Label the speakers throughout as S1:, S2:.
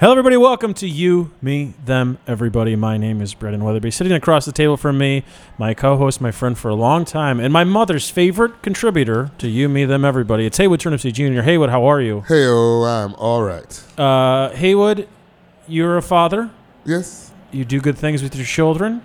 S1: Hello, everybody. Welcome to You, Me, Them, Everybody. My name is Brendan Weatherby. Sitting across the table from me, my co host, my friend for a long time, and my mother's favorite contributor to You, Me, Them, Everybody. It's Haywood Turnipseed Jr. Haywood, how are you?
S2: Hey, oh, I'm all right.
S1: Uh, Haywood, you're a father.
S2: Yes.
S1: You do good things with your children.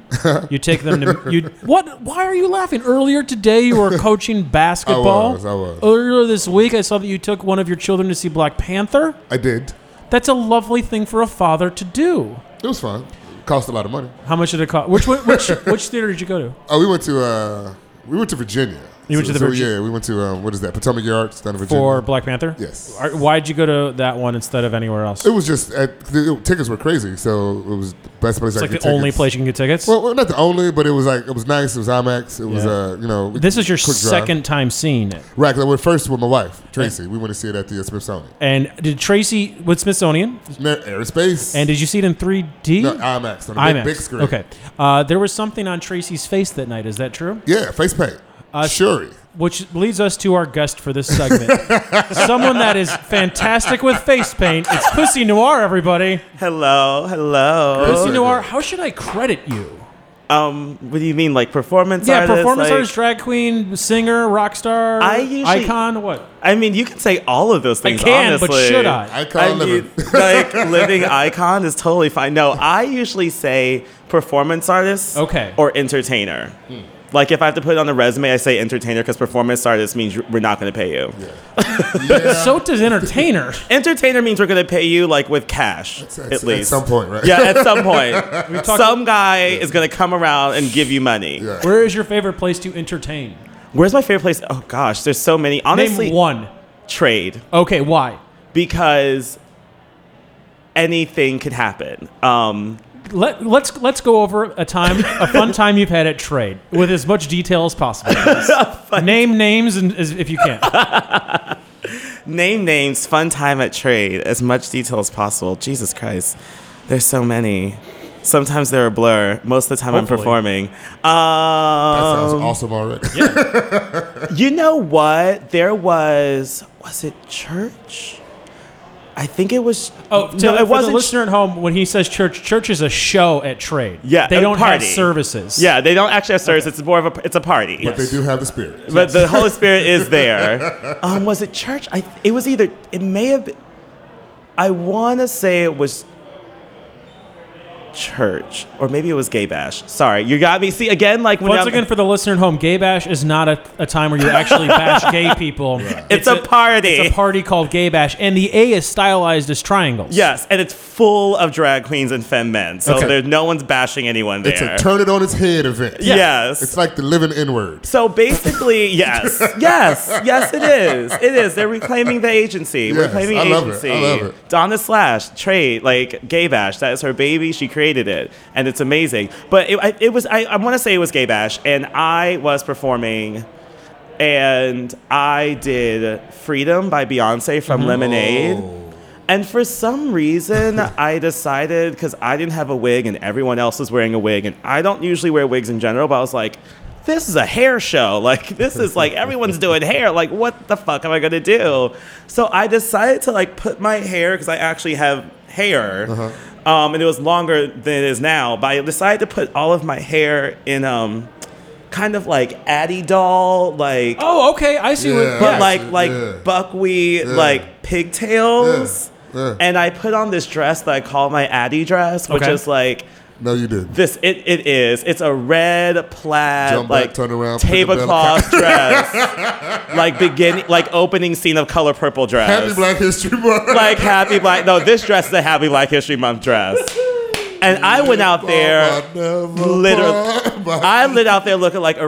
S1: you take them to you. What? Why are you laughing? Earlier today, you were coaching basketball.
S2: was, I was.
S1: Earlier this week, I saw that you took one of your children to see Black Panther.
S2: I did.
S1: That's a lovely thing for a father to do.
S2: It was fun. Cost a lot of money.
S1: How much did it cost? Which one- which which theater did you go to?
S2: Oh, we went to uh, we went to Virginia.
S1: You went
S2: So-
S1: to the
S2: so,
S1: Virgi-
S2: Yeah, we went to um, what is that? Potomac Yards down in Virginia.
S1: For Black Panther?
S2: Yes.
S1: Are- Why'd you go to that one instead of anywhere else?
S2: It was just at, the tickets were crazy, so it was the best place.
S1: It's
S2: I
S1: like
S2: could
S1: the
S2: get
S1: only
S2: tickets.
S1: place you can get tickets.
S2: Well, well, not the only, but it was like it was nice. It was IMAX. It was
S1: Yeah.
S2: uh, you know.
S1: this is your
S2: quick drive.
S1: second time seeing it.
S2: Right, 'cause I went first with my wife Tracy. We went to see it at the uh, Smithsonian.
S1: And did Tracy with Smithsonian?
S2: No, Aerospace.
S1: And did you see it in 3D?
S2: no, IMAX on the
S1: IMAX.
S2: Big, big screen.
S1: Okay. Uh, there was something on Tracy's face that night. Is that true?
S2: Yeah, face paint.
S1: Uh,
S2: Shuri.
S1: Which leads us to our guest for this segment. Someone that is fantastic with face paint. It's Pussy Noir, everybody.
S3: Hello, hello.
S1: Pussy
S2: very
S1: Noir,
S2: good.
S1: how should I credit you?
S3: Um, what do you mean, like performance
S1: Yeah,
S3: artist?
S1: performance
S3: like-
S1: artist, drag queen, singer, rock star,
S3: I usually-
S1: icon, what?
S3: I mean, you can say all of those
S1: I
S3: things.
S1: can,
S3: honestly.
S1: but should I?
S2: I call
S3: I
S2: it living.
S3: mean, like living icon is totally fine. No, I usually say performance artist.
S1: Okay.
S3: Or entertainer.
S2: Hmm.
S3: Like if I have to put it on the resume, I say entertainer because performance artist means you- we're not going to pay you.
S2: Yeah.
S1: So does entertainer.
S3: Entertainer means we're going to pay you like with cash, at,
S2: at,
S3: least.
S2: at some point, right?
S3: yeah, at some point,
S1: talked-
S3: some guy is going to come around and give you money.
S2: Yeah.
S1: Where is your favorite place to entertain?
S3: Where's my favorite place? Oh gosh, there's so many. Honestly,
S1: Name one.
S3: trade.
S1: Okay, why?
S3: because anything could happen. Um,
S1: Let, let's let's go over a time, a fun time you've had at trade with as much detail as possible. Name names and as, if you can.
S3: name names, fun time at trade, as much detail as possible. Jesus Christ, there's so many. Sometimes they're a blur. Most of the time,
S1: Hopefully.
S3: I'm performing. Um,
S2: That sounds awesome already.
S3: You know what? There was was it church? I think it was.
S1: Oh, to,
S3: no,
S1: for
S3: it wasn't.
S1: the listener at home, when he says church, church is a show at trade.
S3: Yeah,
S1: they
S3: a
S1: don't have
S3: party.
S1: services.
S3: yeah, they don't actually have service. It's more of a. It's a party.
S2: But they do have the spirit.
S3: But the Holy Spirit is there. Um, was it church? I, it was either. It may have. Been, I want to say it was church, or maybe it was gay bash. Sorry, you got me. See again, like when
S1: Once
S3: I'm-
S1: again, for the listener at home, gay bash is not a, a time where you actually bash gay people.
S3: It's a party.
S1: It's a party called gay bash, and the A is stylized as triangles.
S3: Yes, and it's full of drag queens and femme men. So
S2: Okay.
S3: there, no one's bashing anyone there.
S2: It's a turn it on its head event.
S3: Yes. Yes.
S2: It's like the living N word.
S3: So basically, yes, yes, yes, it is. It is. They're reclaiming the agency.
S2: Yes,
S3: reclaiming
S2: I love it.
S3: agency.
S2: I love it.
S3: Donna Slash, trade like Gay Bash. That is her baby. She created it, and it's amazing. But it, I- it was. I, I want to say it was Gay Bash, and I was performing. And I did Freedom by Beyonce
S2: Oh.
S3: from Lemonade. And for some reason, I decided because I didn't have a wig and everyone else was wearing a wig, and I don't usually wear wigs in general, but I was like, this is a hair show. Like, this is like everyone's doing hair. Like, what the fuck am I gonna do? So I decided to like put my hair because I actually have hair, um, and it was longer than it is now. But I decided to put all of my hair in um, kind of like Addie doll, like
S1: Oh, okay. I see.
S2: Yeah.
S1: What,
S3: but
S1: yes.
S3: like
S2: Yeah.
S3: like buckwheat, like
S2: Yeah.
S3: pigtails.
S2: Yeah.
S3: And I put on this dress that I call my Addie dress, which
S1: Okay.
S3: is like
S2: No, you didn't.
S3: this. It, it is. It's a red plaid
S2: Jump back,
S3: like
S2: turn around, pick up the other
S3: tablecloth dress, like beginning like opening scene of Color Purple dress.
S2: Happy Black History Month.
S3: like happy black. No, this dress is a Happy Black History Month dress. And I went out there. Literally, I lit out there looking like a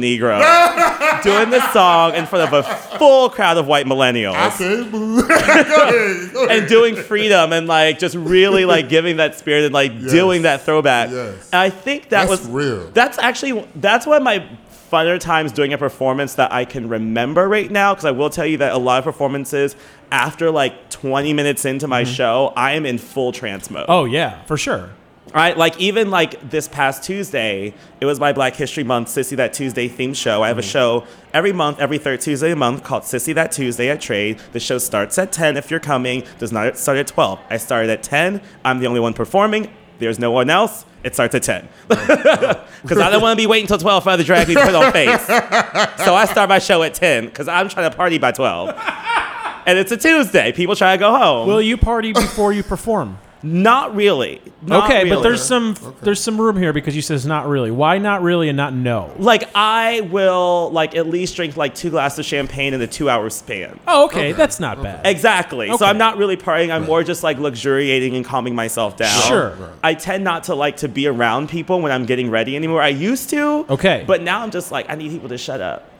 S3: Negro, doing this song in front of a full crowd of white
S2: I
S3: millennials,
S2: said, boo. Go ahead, go ahead.
S3: and doing freedom and like just really like giving that spirit and like doing that throwback.
S2: Yes.
S3: And I think that
S2: That's
S3: was
S2: real.
S3: That's actually that's one of my funner times doing a performance that I can remember right now because I will tell you that a lot of performances
S2: Mm-hmm.
S3: after like 20 minutes into my show, I am in full trance mode.
S1: oh yeah, for sure.
S3: right? Like even like this past Tuesday, it was my Black History Month Sissy That Tuesday theme show. I have a
S1: Mm-hmm.
S3: show every month, every third Tuesday of the month called Sissy That Tuesday at Trade. The show starts at 10 if you're coming, does not start at 12. I started at 10. I'm the only one performing. There's no one else. It starts at 10.
S1: Oh,
S3: Because I don't want to be waiting until 12 for other drag queens to put on face. So I start my show at 10 because I'm trying to party by 12. And it's a Tuesday. People try to go home.
S1: Will you party before you perform?
S3: not really. Not
S1: Okay, but
S3: really.
S1: there's some there's some room here because you says not really. Why not really and not no?
S3: like I will like at least drink like two glasses of champagne in a two hour span.
S1: Oh, okay, that's not bad.
S3: Exactly.
S1: Okay.
S3: So I'm not really partying. I'm more just like luxuriating and calming myself down.
S1: Sure.
S2: Right.
S3: I tend not to like to be around people when I'm getting ready anymore. I used to.
S1: Okay.
S3: But now I'm just like I need people to shut up.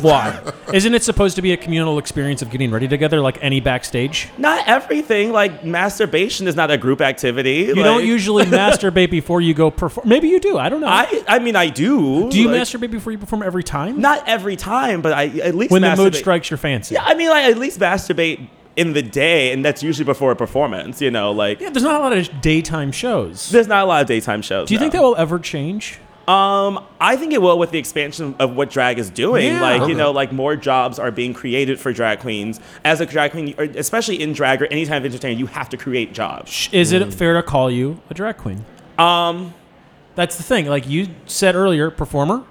S1: Why? Isn't it supposed to be a communal experience of getting ready together, like any backstage?
S3: Not everything like masturbation is not a group activity.
S1: You don't usually masturbate before you go perform. Maybe you do. I don't know.
S3: I I mean I do.
S1: do you
S3: like,
S1: masturbate before you perform every time?
S3: Not every time, but I at least
S1: when the mood
S3: masturbate.
S1: strikes your fancy.
S3: I mean, like at least masturbate in the day, and that's usually before a performance. You know, like
S1: Yeah, there's not a lot of daytime shows.
S3: there's not a lot of daytime shows.
S1: Do you think that will ever change?
S3: Um, I think it will with the expansion of what drag is doing.
S1: Yeah.
S3: Like
S2: Okay.
S3: you know, like more jobs are being created for drag queens. As a drag queen, or especially in drag or any type of entertainment, you have to create jobs.
S1: Is it fair to call you a drag queen?
S3: Um,
S1: That's the thing. Like you said earlier, performer,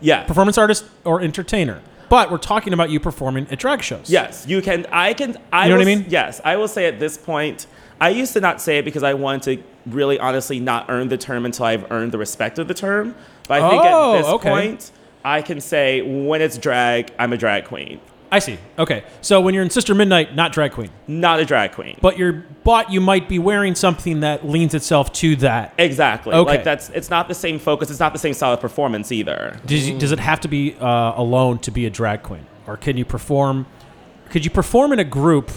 S3: yeah.
S1: performance artist, or entertainer. But we're talking about you performing at drag shows.
S3: Yes, you can. I can. I
S1: You know what I
S3: will-
S1: mean?
S3: Yes, I will say at this point, I used to not say it because I wanted to really, honestly, not earn the term until I've earned the respect of the term. But I think
S1: Oh,
S3: at this
S1: okay.
S3: point, I can say when it's drag, I'm a drag queen,
S1: I see. Okay. So when you're in Sister Midnight, not drag queen,
S3: not a drag queen.
S1: but you're but you might be wearing something that leans itself to that.
S3: Exactly.
S1: Okay.
S3: Like that's it's not the same focus. It's not the same solid performance either.
S1: Does, does it have to be uh, alone to be a drag queen, or can you perform? Could you perform in a group,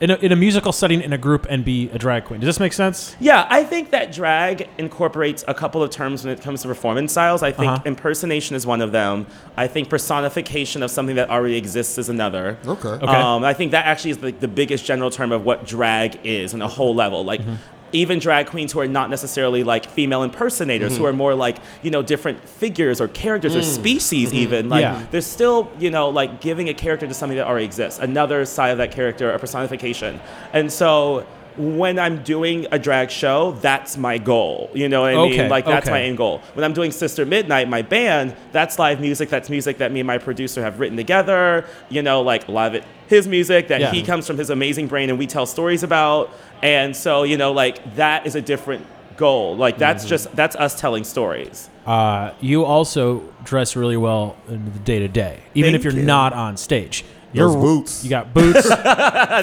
S1: in a, in a musical setting in a group, and be a drag queen? Does this make sense?
S3: Yeah, I think that drag incorporates a couple of terms when it comes to performance styles. I think
S1: Uh-huh.
S3: impersonation is one of them. I think personification of something that already exists is another.
S2: Okay. Okay.
S3: Um, I think that actually is like the biggest general term of what drag is on a whole level. Like
S1: Mm-hmm.
S3: even drag queens who are not necessarily like female impersonators, who are
S1: Mm-hmm.
S3: more like you know different figures or characters or species even. Like
S1: Mm. Mm-hmm. Yeah.
S3: they're still you know like giving a character to something that already exists, another side of that character, a personification, and so. When I'm doing a drag show, that's my goal. You know what I
S1: Okay,
S3: mean? Like that's
S1: okay.
S3: my end goal. When I'm doing Sister Midnight, my band, that's live music. That's music that me and my producer have written together. You know, like live it his music that
S1: Yeah.
S3: he comes from his amazing brain and we tell stories about. And so you know, like that is a different goal. Like that's
S2: Mm-hmm.
S3: just that's us telling stories.
S1: Uh, you also dress really well in the day to day, even if
S3: Thank
S1: you're
S3: you.
S1: not on stage.
S2: Those
S1: You're-
S2: boots.
S1: You got boots.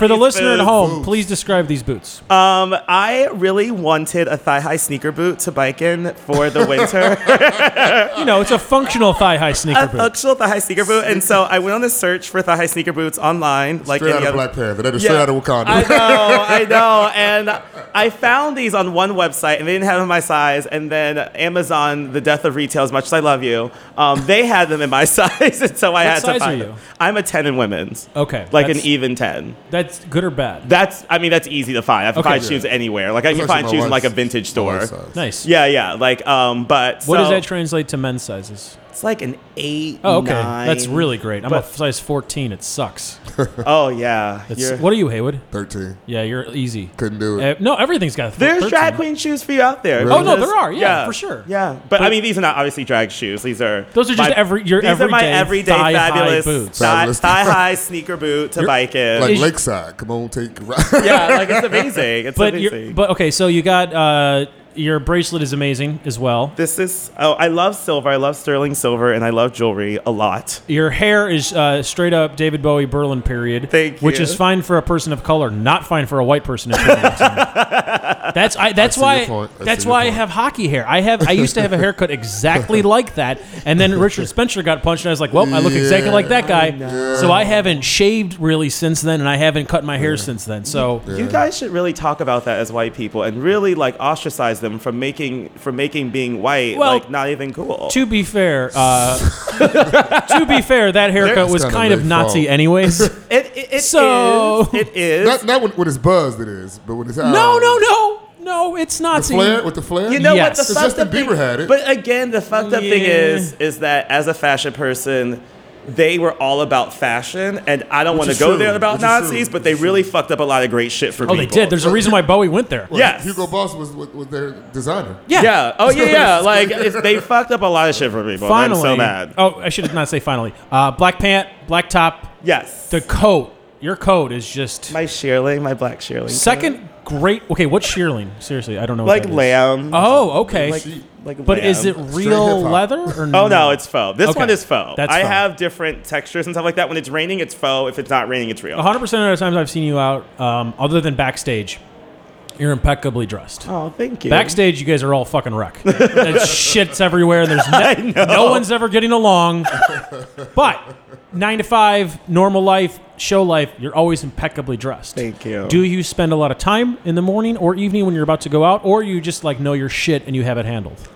S1: For the listener at
S3: boots.
S1: home,
S2: Boots.
S1: please describe these boots.
S3: Um, I really wanted a thigh high sneaker boot to bike in for the winter.
S1: you know, it's a functional thigh high sneaker
S3: a
S1: boot.
S3: functional thigh high sneaker boot. And so I went on a search for thigh high sneaker boots online, like
S2: straight
S3: any
S2: out of
S3: other.
S2: Black Panther. That is straight out of Wakanda.
S3: I know, I know. And I found these on one website and they didn't have them in my size. And then Amazon, the death of retail, as much as I love you, um, they had them in my size. And so I had
S1: size
S3: to
S1: are
S3: find
S1: you?
S3: them. I'm a 10 in women's.
S1: Okay,
S3: Like
S1: that's-
S3: an e- even 10.
S1: That's good or bad.
S3: That's, I mean, that's easy to find. I can
S1: Okay.
S3: find shoes anywhere. Like I
S2: That's
S3: can
S2: actually
S3: find
S2: my
S3: shoes in like
S2: wife's-
S3: a vintage
S2: my
S3: store.
S2: wife's size.
S1: nice.
S3: Yeah, yeah. Like, um, but
S1: What does
S3: so
S1: that translate to men's sizes?
S3: it's like an eight.
S1: Oh, okay.
S3: nine.
S1: That's really great. I'm a
S3: But-
S1: size 14. It sucks.
S3: Oh yeah.
S1: It's-
S3: You're-
S1: what are you, Haywood?
S2: Thirteen.
S1: Yeah, you're easy.
S2: Couldn't do it.
S1: Uh, no, everything's got.
S3: There's
S1: 13.
S3: drag queen shoes for you out there.
S2: Really? Oh,
S1: no,
S3: Because-
S1: there are. Yeah, for sure.
S3: Yeah, but, I mean, these are not obviously drag shoes. These are
S1: Those are just every- your
S3: these are my
S1: everyday
S3: everyday
S1: thigh-high
S3: fabulous
S1: boots.
S3: thigh,
S2: Fabulous.
S3: thigh high sneaker boot to
S2: You're-
S3: bike in.
S2: Like
S1: Is-
S2: Lakeside. Come on, take a ride.
S3: yeah, like it's amazing. It's
S1: But you're,
S3: amazing.
S1: but okay, so you got uh, your bracelet is amazing as well.
S3: this is oh, I love silver. I love sterling silver, and I love jewelry a lot.
S1: Your hair is uh, straight up David Bowie Berlin period.
S3: Thank
S1: Which
S3: you.
S1: is fine for a person of color, not fine for a white person. If you know what I'm saying. that's I, that's
S2: see
S1: why
S2: your point. I see
S1: that's
S2: your
S1: why I
S2: point.
S1: have hockey hair. I have I used to have a haircut exactly like that, and then Richard Spencer got punched, and I was like, well, I look exactly
S2: Yeah.
S1: like that guy. So I haven't shaved really since then, and I haven't cut my hair since then. So
S3: You guys should really talk about that as white people, and really like ostracize them from making from making being white
S1: Well,
S3: like not even cool.
S1: to be fair, uh, to be fair, that haircut
S3: That's
S1: was
S2: kinda
S1: kind of
S2: their
S1: Nazi
S2: fault.
S1: anyways.
S3: it it, it
S1: So-
S3: is- it is
S2: Not, not when, when it's buzzed, it is. But when it's out,
S1: No, no, no. No, it's not.
S2: The
S1: So you-
S2: flare with the flare.
S3: You know
S1: Yes.
S3: what the
S1: So
S3: fucked
S2: Justin
S3: up thing-
S2: Bieber had it.
S3: But again, the fucked up thing is is that as a fashion person, they were all about fashion, and I don't want to
S2: is
S3: go
S2: true.
S3: there about
S2: Which is true.
S3: Nazis, but they
S2: Which is
S3: really fucked up a lot of great shit for
S1: oh,
S3: people.
S1: they did. There's a reason why Bowie went there.
S2: Well,
S3: yes.
S2: Hugo Boss was, was, was their designer.
S1: Yeah.
S3: yeah. Oh yeah, yeah. Like it's, they fucked up a lot of shit for people. and
S1: Finally.
S3: I'm so mad.
S1: Oh, I should not say finally. Uh, black pant, black top,
S3: Yes.
S1: the coat. Your coat is just
S3: my shearling, my black shearling.
S1: second great. Okay, what's shearling? Seriously, I don't know. what
S3: like
S1: that is.
S3: lamb.
S1: Oh, okay.
S3: Like, like
S1: but
S3: lamb.
S1: is it real
S2: hip-hop.
S1: leather or
S3: Oh no, it's faux. This
S1: Okay.
S3: one is faux.
S1: That's
S3: I
S1: faux.
S3: have different textures and stuff like that. When it's raining, it's faux. If it's not raining, it's real.
S1: 100 percent of the times I've seen you out, um, other than backstage, you're impeccably dressed.
S3: Oh, thank you.
S1: Backstage, you guys are all fucking wreck. There's shit's everywhere, and there's no, no one's ever getting along. but nine to five, normal life, show life, you're always impeccably dressed.
S3: Thank you.
S1: Do you spend a lot of time in the morning or evening when you're about to go out, or you just like know your shit and you have it handled?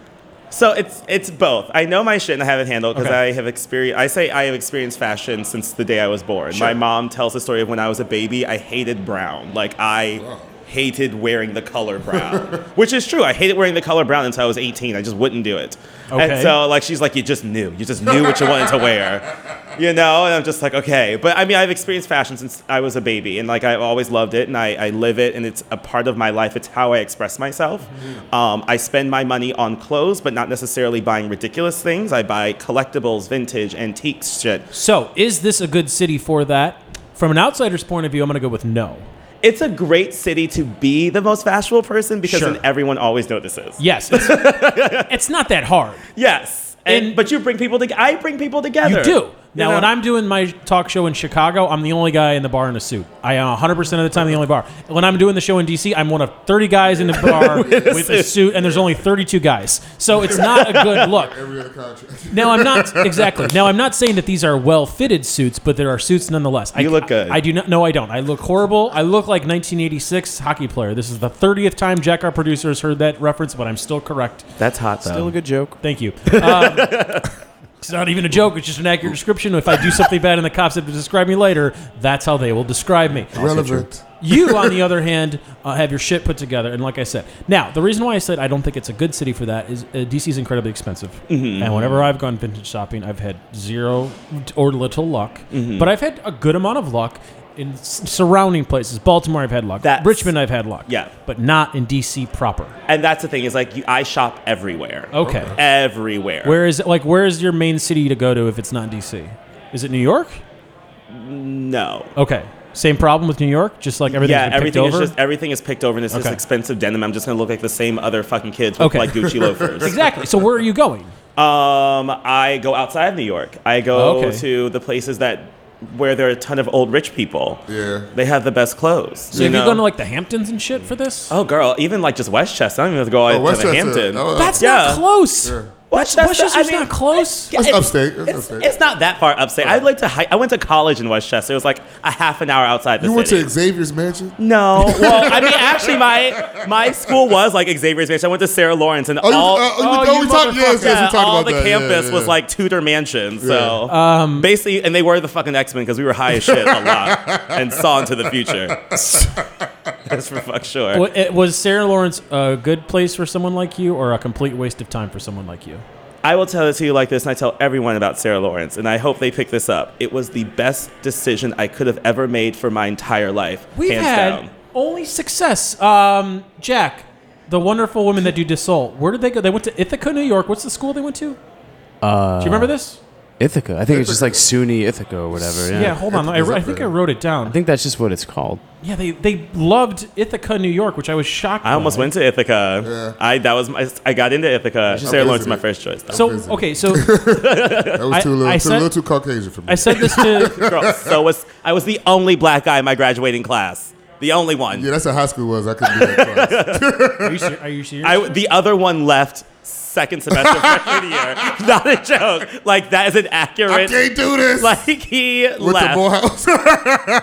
S3: So it's it's both. I know my shit and I have it handled because
S1: Okay.
S3: I have experienced. I say I have experienced fashion since the day I was born. My mom tells the story of when I was a baby. I hated brown. Like I hated wearing the color brown, which is true. I hated wearing the color brown until I was 18. I just wouldn't do it.
S1: Okay.
S3: And so Oh, like she's like, you just knew. You just knew what you wanted to wear. You know, and I'm just like, okay. But I mean, I've experienced fashion since I was a baby, and like I've always loved it, and I, I live it, and it's a part of my life. It's how I express myself.
S1: Mm-hmm.
S3: Um, I spend my money on clothes, but not necessarily buying ridiculous things. I buy collectibles, vintage, antiques, shit.
S1: So, is this a good city for that? From an outsider's point of view, I'm going to go with no.
S3: It's a great city to be the most fashionable person because
S1: Sure.
S3: then everyone always notices.
S1: Yes, it's, it's not that hard.
S3: Yes. And,
S1: And-
S3: but you bring people together. I bring people together.
S1: You do. Now,
S3: know?
S1: when I'm doing my talk show in Chicago, I'm the only guy in the bar in a suit. I am 100% of the time the only bar. When I'm doing the show in DC, I'm one of 30 guys in the bar with, a, suit.
S3: suit.
S1: and there's only 32 guys. So it's not a good look.
S2: Every other contract.
S1: Now, I'm not exactly. Now, I'm not saying that these are well fitted suits, but there are suits nonetheless. I,
S3: You look good.
S1: I, do not. No, I don't. I look horrible. I look like 1986 hockey player. This is the 30th time Jack, our producer, has heard that reference, but I'm still correct.
S3: That's hot though.
S4: Still a good joke.
S1: Thank you. Um, it's not even a joke. It's just an accurate description. If I do something bad and the cops have to describe me later, that's how they will describe me.
S2: Relevant.
S1: You, on the other hand, uh, have your shit put together. And like I said, now, the reason why I said I don't think it's a good city for that is uh, DC is incredibly expensive.
S4: Mm-hmm.
S1: And whenever I've gone vintage shopping, I've had zero or little luck.
S4: Mm-hmm.
S1: But I've had a good amount of luck in s- surrounding places. Baltimore, I've had luck.
S3: That's-
S1: Richmond, I've had luck.
S3: Yeah.
S1: But not in DC proper.
S3: and that's the thing is like you, I shop everywhere.
S1: Okay.
S3: Everywhere.
S1: Where is like where is your main city to go to if it's not DC? Is it New York?
S3: No.
S1: Okay. Same problem with New York, just like everything's
S3: yeah,
S1: been picked
S3: everything is
S1: over.
S3: just everything is picked over, and it's
S1: Okay.
S3: just expensive denim. I'm just gonna look like the same other fucking kids with
S1: Okay.
S3: like Gucci loafers.
S1: exactly. So where are you going?
S3: Um, I go outside of New York. I go
S1: Okay.
S3: to the places that where there are a ton of old rich people.
S2: Yeah.
S3: They have the best clothes.
S1: So
S3: you
S1: have you
S3: know?
S1: gone to like the Hamptons and shit for this?
S3: Oh, girl, even like just Westchester. I don't even have to go all
S2: Oh,
S3: the way to the
S2: Westchester.
S3: Hampton.
S2: Oh,
S1: That's
S3: yeah.
S1: not close. That's,
S3: Westchester,
S1: Westchester's
S3: I mean,
S1: not close.
S2: That's upstate. That's
S3: it's,
S2: upstate.
S3: it's not that far upstate. I like to. Hi- I went to college in Westchester. It was like a half an hour outside the
S2: You went
S3: city.
S2: to Xavier's mansion.
S3: No. Well, I mean, actually, my my school was like Xavier's Mansion. I went to Sarah Lawrence, and
S2: Oh, you,
S3: all,
S2: oh, you, oh,
S1: you
S2: we talked. Yes, yes, we
S3: yeah,
S2: talked
S3: all
S2: about
S3: the
S2: that. Yeah,
S3: campus
S2: yeah,
S3: was
S2: yeah.
S3: like Tudor mansions. So
S1: Um,
S3: basically, and they were the fucking X Men because we were high as shit a lot and saw into the future. That's for fuck sure.
S1: Wa- it- Was Sarah Lawrence a good place for someone like you, or a complete waste of time for someone like you?
S3: I will tell it to you like this, and I tell everyone about Sarah Lawrence, and I hope they pick this up. It was the best decision I could have ever made for my entire life,
S1: We've
S3: hands
S1: had
S3: down.
S1: only success. Um, Jack, the wonderful women that do Dassault. Where did they go? They went to Ithaca, New York. What's the school they went to? Uh, do you remember this?
S4: Ithaca. I think it's just like SUNY Ithaca or whatever.
S1: Yeah,
S4: Yeah.
S1: hold on. I,
S2: Ithaca's
S1: I
S2: up
S1: think I
S2: there.
S1: wrote it down.
S4: I think that's just what it's called.
S1: Yeah, they, they loved Ithaca, New York, which I was shocked.
S3: I almost
S1: by.
S3: went to Ithaca.
S2: Yeah.
S3: I that was my, I got into Ithaca. Sarah Lawrence is my
S2: visited.
S3: first choice. Though.
S1: So
S2: Crazy.
S1: okay, so
S2: That was too
S1: I-
S2: little,
S1: I
S2: too,
S1: said-
S2: little too Caucasian for me.
S1: I said this to
S3: Girl, so was I was the only black guy in my graduating class. The only one.
S2: yeah, that's how high school was. I couldn't do that. class.
S1: are you, ser- are you serious?
S3: I, the other one left second semester of freshman year. Not a joke. Like that is an
S2: I
S3: accurate.
S2: can't do this
S3: Like he
S2: with the
S3: left.
S2: Morehouse.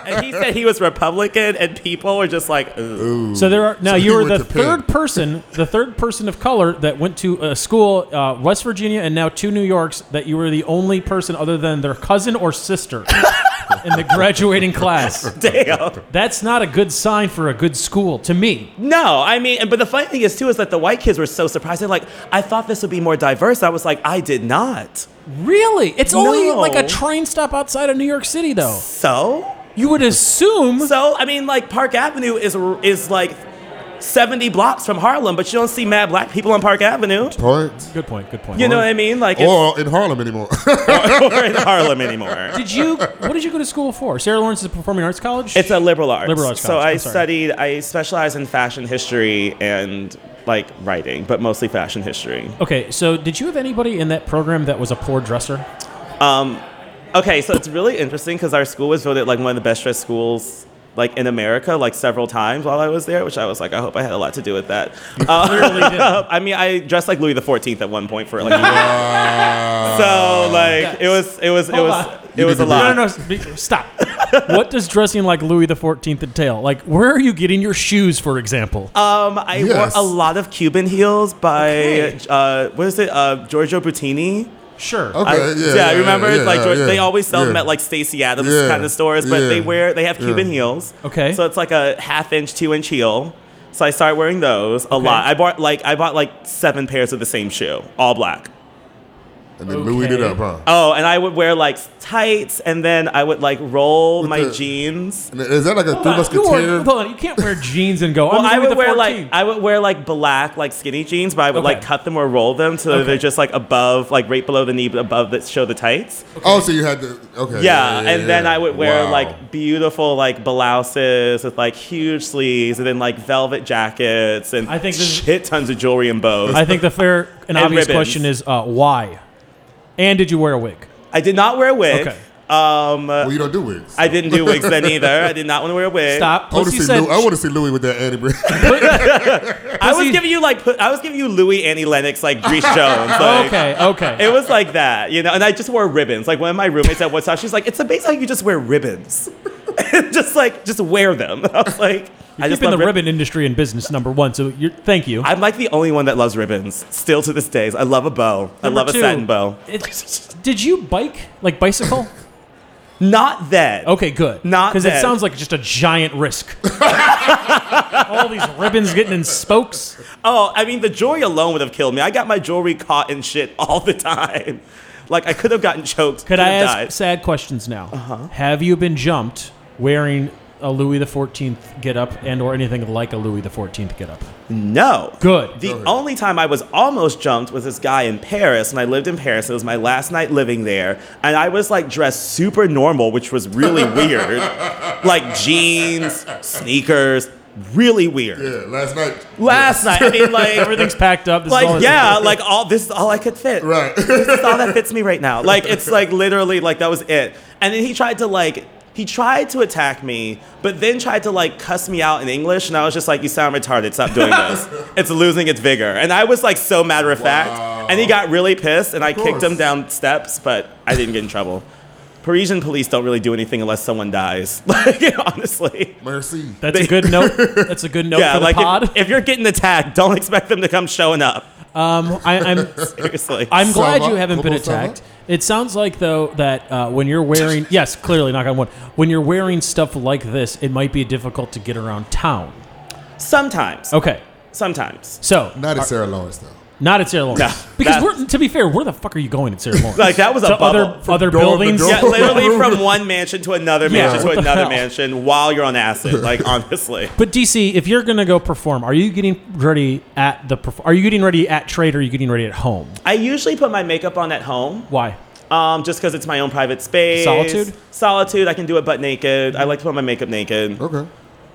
S3: And he said he was Republican, and people were just like, Ooh.
S1: so there are now
S2: So
S1: you
S2: he
S1: were
S2: went
S1: the
S2: to Penn.
S1: third person, the third person of color that went to a school, uh, West Virginia, and now two New Yorks. That you were the only person other than their cousin or sister in the graduating class.
S3: Damn.
S1: That's not a good sign for a good school to me.
S3: No, I mean, and- but the funny thing is too is that the white kids were so surprised. They're like, I thought this would be more diverse. I was like, I did not.
S1: Really? It's only
S3: No.
S1: like a train stop outside of New York City, though.
S3: So,
S1: You would assume.
S3: so I mean, like Park Avenue is is like seventy blocks from Harlem, but you don't see mad black people on Park Avenue.
S2: Point.
S1: Good point. Good point.
S3: You know what I mean? Like, it's,
S2: Or in Harlem anymore.
S3: or in Harlem anymore.
S1: Did you? What did you go to school for? Sarah Lawrence is a performing arts college.
S3: It's a liberal arts.
S1: Liberal arts
S3: So
S1: college,
S3: I
S1: I'm sorry.
S3: studied. I specialize in fashion history and like writing, but mostly fashion history.
S1: okay. So did you have anybody in that program that was a poor dresser?
S3: Okay, so it's really interesting because our school was voted like one of the best dressed schools like in America like several times while I was there, which I was like, I hope I had a lot to do with that. Uh,
S1: Clearly did.
S3: I mean, I dressed like Louis the Fourteenth at one point for like a year. so like it was it was it
S1: Hold
S3: was
S1: on.
S3: it was a
S2: You need to
S1: No,
S3: lot.
S1: no, no. s- be- Stop. what does dressing like Louis the Fourteenth entail? Like, where are you getting your shoes, for example?
S3: Um, I
S2: Yes.
S3: wore a lot of Cuban heels by
S1: Okay.
S3: uh, what is it? Uh, Giorgio Buttini.
S1: sure.
S2: Okay,
S3: I-
S2: yeah,
S3: remember
S2: yeah,
S3: like
S2: yeah,
S3: George,
S2: yeah,
S3: they always sell them
S2: yeah.
S3: at like Stacy Adams
S2: Yeah,
S3: kind of stores, but
S2: yeah,
S3: they wear they have
S2: yeah.
S3: Cuban heels.
S1: Okay.
S3: So it's like a half inch, two inch heel. So I started wearing those a lot. I bought like I bought like seven pairs of the same shoe, all black.
S2: And then Louis it
S1: Okay.
S2: up, huh?
S3: Oh, and I would wear like tights, and then I would like roll
S2: With
S3: my
S2: the-
S3: jeans.
S2: And Is that like a Three
S1: Hold on, you,
S2: Musketeer?
S1: are- hold on, you can't wear jeans and go.
S3: Well,
S1: I'm
S3: I
S1: Louis the
S3: would wear like
S1: 14th."
S3: I would wear like black like skinny jeans, but I would
S1: Okay.
S3: like cut them or roll them so
S1: Okay.
S3: they're just like above, like right below the knee, but above that show the tights.
S2: Oh, so you had the okay.
S3: yeah, and then
S2: yeah.
S3: I would wear
S2: Wow.
S3: like beautiful like blouses with like huge sleeves, and then like velvet jackets, and
S1: I think this is-
S3: shit tons of jewelry and bows.
S1: I
S3: I,
S1: think the fair and
S3: And
S1: obvious
S3: ribbons.
S1: question is uh, why, and did you wear a wig?
S3: did not wear a wig.
S1: Okay.
S3: Um,
S2: Well, you don't do wigs.
S3: I didn't do wigs then either. I did not want to wear a wig.
S1: Stop.
S2: I want
S1: Plus,
S2: to
S1: you
S2: see.
S1: said
S2: Louis, I want to see Louis with that Annie Brand.
S3: I was
S1: pussy-
S3: giving you like pu- I was giving you Louis Annie Lennox like Grease Jones. Like,
S1: okay, okay.
S3: It was like that, you know, and I just wore ribbons. Like one of my roommates at one time, she's like, "It's amazing how you just wear ribbons, just like just wear them." I was like, "I
S1: You're
S3: just
S1: keeping the
S3: love rib-
S1: ribbon industry in business number one. So you're thank you.
S3: I'm like the only one that loves ribbons still to this day. I love a bow. I
S1: Number
S3: love
S1: two,
S3: a satin bow.
S1: it- did you bike like bicycle?
S3: Not that.
S1: Okay, good.
S3: Not
S1: because it
S3: that.
S1: sounds like just a giant risk. All these ribbons getting in spokes.
S3: Oh, I mean, the jewelry alone would have killed me. I got my jewelry caught in shit all the time. Like I could have gotten choked.
S1: Could
S3: could
S1: I
S3: have
S1: ask
S3: died. Uh-huh.
S1: sad questions now? Have you been jumped wearing a Louis the Fourteenth get up and or anything like a Louis the Fourteenth get up?
S3: No.
S1: Good.
S3: The
S2: ahead.
S3: only time I was almost jumped was this guy in Paris, and I lived in Paris. It was my last night living there, and I was like dressed super normal, which was really weird, like jeans, sneakers, really weird.
S2: yeah, last night.
S3: Last night, I mean, like
S1: Everything's packed up. This is all-
S3: like yeah, like all this is all I could fit.
S2: Right.
S3: This is all that fits me right now. Like it's like literally like that was it. And then he tried to like he tried to attack me, but then tried to like cuss me out in English, and I was just like, "You sound retarded. Stop doing this. it's losing its vigor." And I was like so matter of
S2: Wow.
S3: fact, and he got really pissed, and I kicked him
S2: course.
S3: down steps, but I didn't get in trouble. Parisian police don't really do anything unless someone dies. Like honestly.
S2: Mercy.
S1: That's a good note. That's a good note
S3: Yeah,
S1: for the
S3: like
S1: pod.
S3: if, if you're getting attacked, don't expect them to come showing up.
S1: um, I, I'm
S3: Seriously.
S1: I'm glad
S2: Sava,
S1: you haven't been
S2: Global Sava?
S1: attacked. It sounds like though that uh, when you're wearing yes, clearly knock on wood. When you're wearing stuff like this, it might be difficult to get around town.
S3: Sometimes.
S1: Okay,
S3: Sometimes.
S1: so
S2: Not at Sarah Lawrence though.
S1: not at Sarah Lawrence
S3: No,
S1: because
S3: that-
S1: we're, to be fair, where the fuck are you going at Sarah Lawrence?
S3: Like, that was a
S1: to other
S3: bubble. From
S1: other
S2: door to
S1: buildings.
S2: door.
S3: Yeah, literally from one mansion to another
S1: Yeah,
S3: mansion
S1: what the
S3: to another
S1: hell?
S3: mansion while you're on acid. Like honestly.
S1: But DC, if you're gonna go perform, are you getting ready at the? perf- Are you getting ready at trade? or Are you getting ready at home?
S3: I usually put my makeup on at home,
S1: Why?
S3: um, just because it's my own private space.
S1: Solitude?
S3: Solitude. I can do it butt naked. I like to put my makeup naked.
S2: Okay.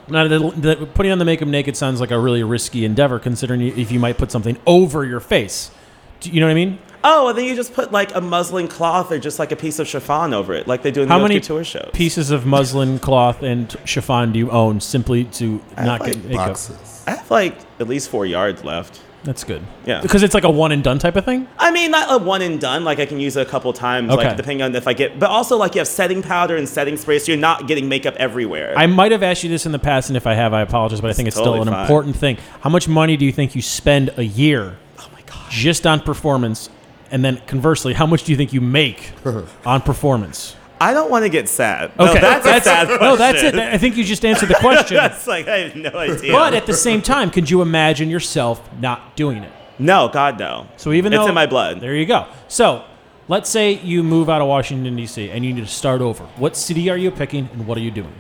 S1: Now, the, the, putting on the makeup naked sounds like a really risky endeavor, considering you, if you might put something over your face. Do you know what I mean?
S3: Oh, and then you just put like a muslin cloth or just like a piece of chiffon over it, like they do in the
S1: How
S3: haute
S1: many
S3: couture shows.
S1: pieces of muslin cloth and chiffon do you own simply to not
S3: like
S1: get makeup?
S2: Boxes.
S3: I have like at least four yards left.
S1: That's good.
S3: Yeah.
S1: Because it's like a one and done type of thing?
S3: I mean, not a one and done. Like I can use it a couple times,
S1: Okay.
S3: like depending on if I get. But also, like you have setting powder and setting spray, so you're not getting makeup everywhere.
S1: I might have asked you this in the past, and if I have, I apologize, but I think it's,
S3: It's
S1: still
S3: totally
S1: an
S3: fine.
S1: important thing. How much money do you think you spend a year
S3: oh my god.
S1: just on performance? And then conversely, how much do you think you make on performance?
S3: I don't want to get sad.
S1: Okay,
S3: no, that's, a sad
S1: no, that's it.
S3: question.
S1: I think you just answered the question.
S3: that's like I have no idea.
S1: But at the same time, could you imagine yourself not doing it?
S3: no, God no.
S1: So even
S3: it's
S1: though
S3: in my blood,
S1: there you go. So let's say you move out of Washington D.C. and you need to start over. What city are you picking, and what are you doing?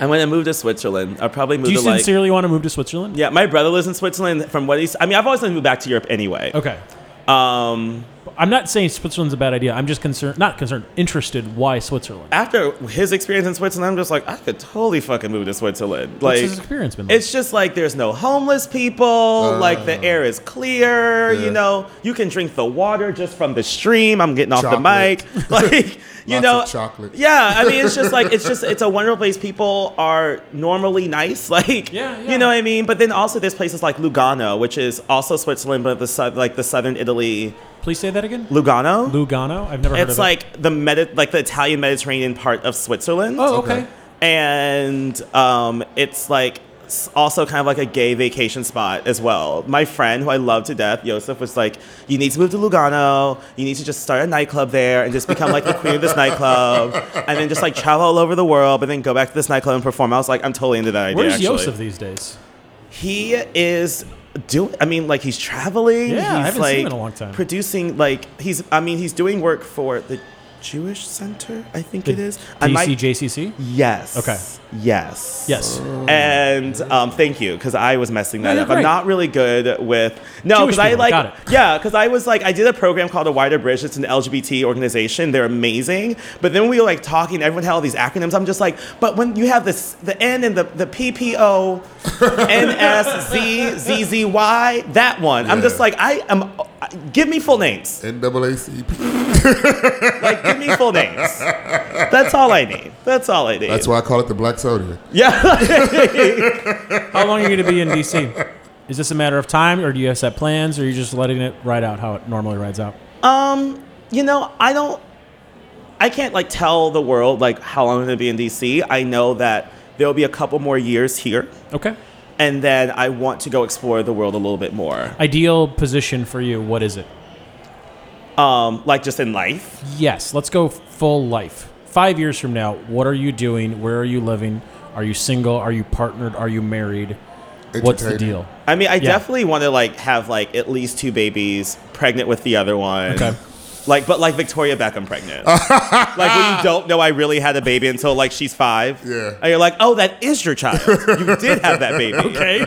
S3: I'm gonna move to Switzerland. I'll probably move
S1: Do you
S3: to like.
S1: sincerely want to move to Switzerland?
S3: Yeah, my brother lives in Switzerland. From what he's, I mean, I've always wanted to move back to Europe anyway.
S1: Okay.
S3: Um,
S1: I'm not saying Switzerland's a bad idea. I'm just concerned, not concerned, interested. Why Switzerland?
S3: after his experience in Switzerland, I'm just like, I could totally fucking move to Switzerland.
S1: What's
S3: Like,
S1: his experience been like?
S3: It's just like there's no homeless people. like the air is clear.
S2: Uh, Yeah.
S3: You know, you can drink the water just from the stream. I'm getting off
S2: Chocolate.
S3: the mic. Like, you
S2: Lots
S3: know,
S2: of chocolate.
S3: Yeah, I mean, it's just like it's just it's a wonderful place. People are normally nice. Like,
S1: Yeah, yeah.
S3: you know what I mean. But then also there's places like Lugano, which is also Switzerland, but the sou- like the southern Italy.
S1: Please say that again.
S3: Lugano.
S1: Lugano. I've never heard of
S3: it's
S1: it.
S3: like the Medi- like the Italian Mediterranean part of Switzerland
S1: oh, okay.
S3: and um, it's like s- also kind of like a gay vacation spot as well. My friend, who I love to death, Yosef, was like, "You need to move to Lugano. You need to just start a nightclub there and just become like the queen of this nightclub, and then just like travel all over the world, but then go back to this nightclub and perform." I was like, "I'm totally into that idea."
S1: Where's
S3: actually.
S1: Yosef these days?
S3: He is doing. I mean, like he's traveling.
S1: Yeah, I
S3: he's,
S1: haven't seen
S3: like,
S1: him in a long time.
S3: Producing like he's. I mean, he's doing work for the Jewish Center. I think it is. I might-
S1: DCJCC.
S3: Yes.
S1: Okay.
S3: Yes.
S1: Yes.
S3: And um, thank you, because I was messing that
S1: No, you're
S3: up.
S1: great.
S3: I'm not really good with no,
S1: Jewish
S3: because I
S1: people,
S3: like
S1: got it.
S3: yeah, because I was like I did a program called A Wider Bridge. It's an LGBT organization. They're amazing. But then we were like talking. Everyone had all these acronyms. I'm just like, but when you have this the N and the the PPO, NSZZZY, that one. I'm
S2: Yeah.
S3: just like I am. uh, Give me full names.
S2: NAACP.
S3: Like give me full names. That's all I need. That's all I need.
S2: That's why I call it the black soda.
S3: yeah.
S1: How long are you going to be in DC? Is this a matter of time, or do you have set plans, or are you just letting it ride out how it normally rides out?
S3: Um, you know, I don't I can't like tell the world like how long I'm gonna be in DC. I know that there'll be a couple more years here
S1: Okay.
S3: and then I want to go explore the world a little bit more.
S1: Ideal position for you. What is it?
S3: Um, like just in life.
S1: Yes. Let's go full life. Five years from now, what are you doing? Where are you living? Are you single? Are you partnered? Are you married? What's the
S2: Entertaining.
S1: deal?
S3: I mean I definitely wanna like have like at least two babies pregnant with the other one.
S1: Okay.
S3: Like but like Victoria Beckham pregnant. like when you don't know I really had a baby until like she's five.
S2: Yeah.
S3: And you're like, oh that is your child. you did have that baby.
S1: Okay.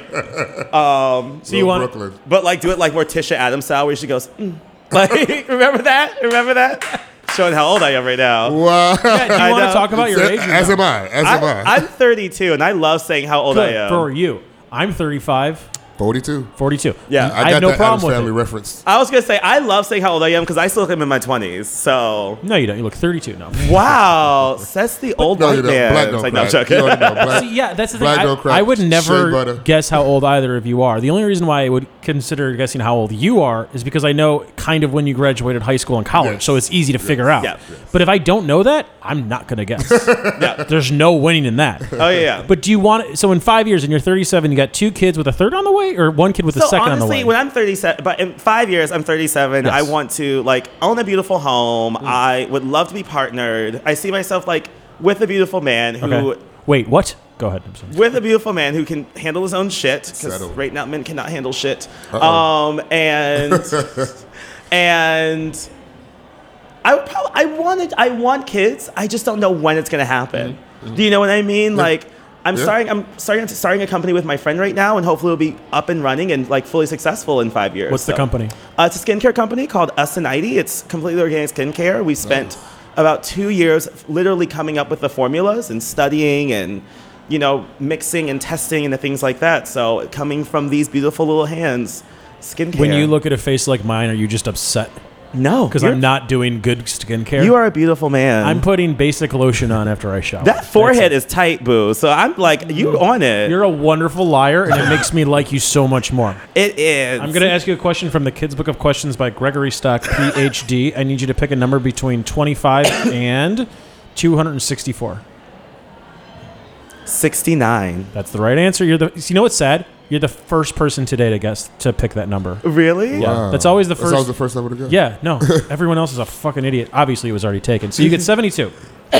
S1: Um, so you
S2: Little
S1: want
S2: Brooklyn.
S3: But like, do it like Morticia Adams style, where she goes, mm. like, remember that? Remember that? Showing how old I am right now.
S2: Wow.
S1: do you
S3: I
S1: want to
S3: know.
S1: talk about your age? or
S2: As
S1: not?
S2: am I. As am I.
S3: I, am 32, and I love saying how old I
S1: Good
S3: am.
S1: for you. I'm 35,
S2: 42.
S1: 42.
S3: Yeah.
S1: I,
S2: I, got
S1: have no
S2: that Addams
S1: problem with
S2: family
S1: it.
S2: reference.
S3: I was gonna say I love saying how old I am because I still think I'm in my 20s. So
S1: No, you don't. You look 32 now.
S3: wow, that's the old
S2: No, you
S3: white
S2: don't.
S3: man.
S2: Black
S3: It's
S2: don't crack.
S3: like, no, I'm joking.
S2: You already know. Black,
S1: See, yeah, that's the thing.
S2: Black
S1: I,
S2: don't crack.
S1: I would
S2: Shea
S1: never
S2: butter.
S1: guess how old either of you are. The only reason why I would consider guessing how old you are is because I know kind of when you graduated high school and college,
S2: Yes.
S1: so it's easy to figure out.
S3: Yes.
S1: But if I don't know that, I'm not going to guess.
S3: Yeah.
S1: There's no winning in that. Uh,
S3: Oh yeah. yeah.
S1: But do you want so in five years and you're 37, you got two kids with a third on the way, or one kid with a
S3: so
S1: second
S3: honestly,
S1: on the way?
S3: when I'm 37, but in five years, I'm 37.
S1: Yes. Mm.
S3: I want to like own a beautiful home. I would love to be partnered. I see myself like with a beautiful man who
S1: okay. Wait, what? Go ahead. I'm sorry.
S3: with a beautiful man who can handle his own shit because
S2: Settle.
S3: right now men cannot handle shit
S2: Uh-oh.
S3: um and and i would probably i wanted i want kids i just don't know when it's gonna happen do you know what i mean like i'm
S2: Mm-hmm. Yeah.
S3: starting i'm starting starting a company with my friend right now and hopefully it'll be up and running and like fully successful in five years
S1: What's the
S3: So,
S1: company?
S3: uh, it's a skincare company called Us and ID. It's completely organic skincare. We spent about two years literally coming up with the formulas and studying and you know mixing and testing and the things like that. So coming from these beautiful little hands, skincare.
S1: When you look at a face like mine, are you just upset
S3: no,
S1: because
S3: you're-
S1: I'm not doing good skincare?
S3: You are a beautiful man.
S1: I'm putting basic lotion on after I shower.
S3: that forehead is tight, boo. So I'm like, you on it?
S1: You're a wonderful liar, and it makes me like you so much more.
S3: it is.
S1: I'm going to ask you a question from the Kids Book of Questions by Gregory Stock, PhD. I need you to pick a number between 25 and 264.
S3: 69.
S1: That's the right answer. You're the. You know what's sad? You're the first person today to guess to pick that number.
S3: Really?
S1: Yeah.
S2: Wow.
S1: That's always the
S2: That's always
S1: first-
S2: the first number to go.
S1: Yeah, no. Everyone else is a fucking idiot. Obviously, it was already taken. So you get 72.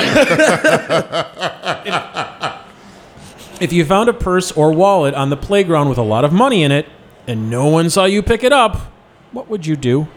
S1: if you found a purse or wallet on the playground with a lot of money in it and no one saw you pick it up, what would you do?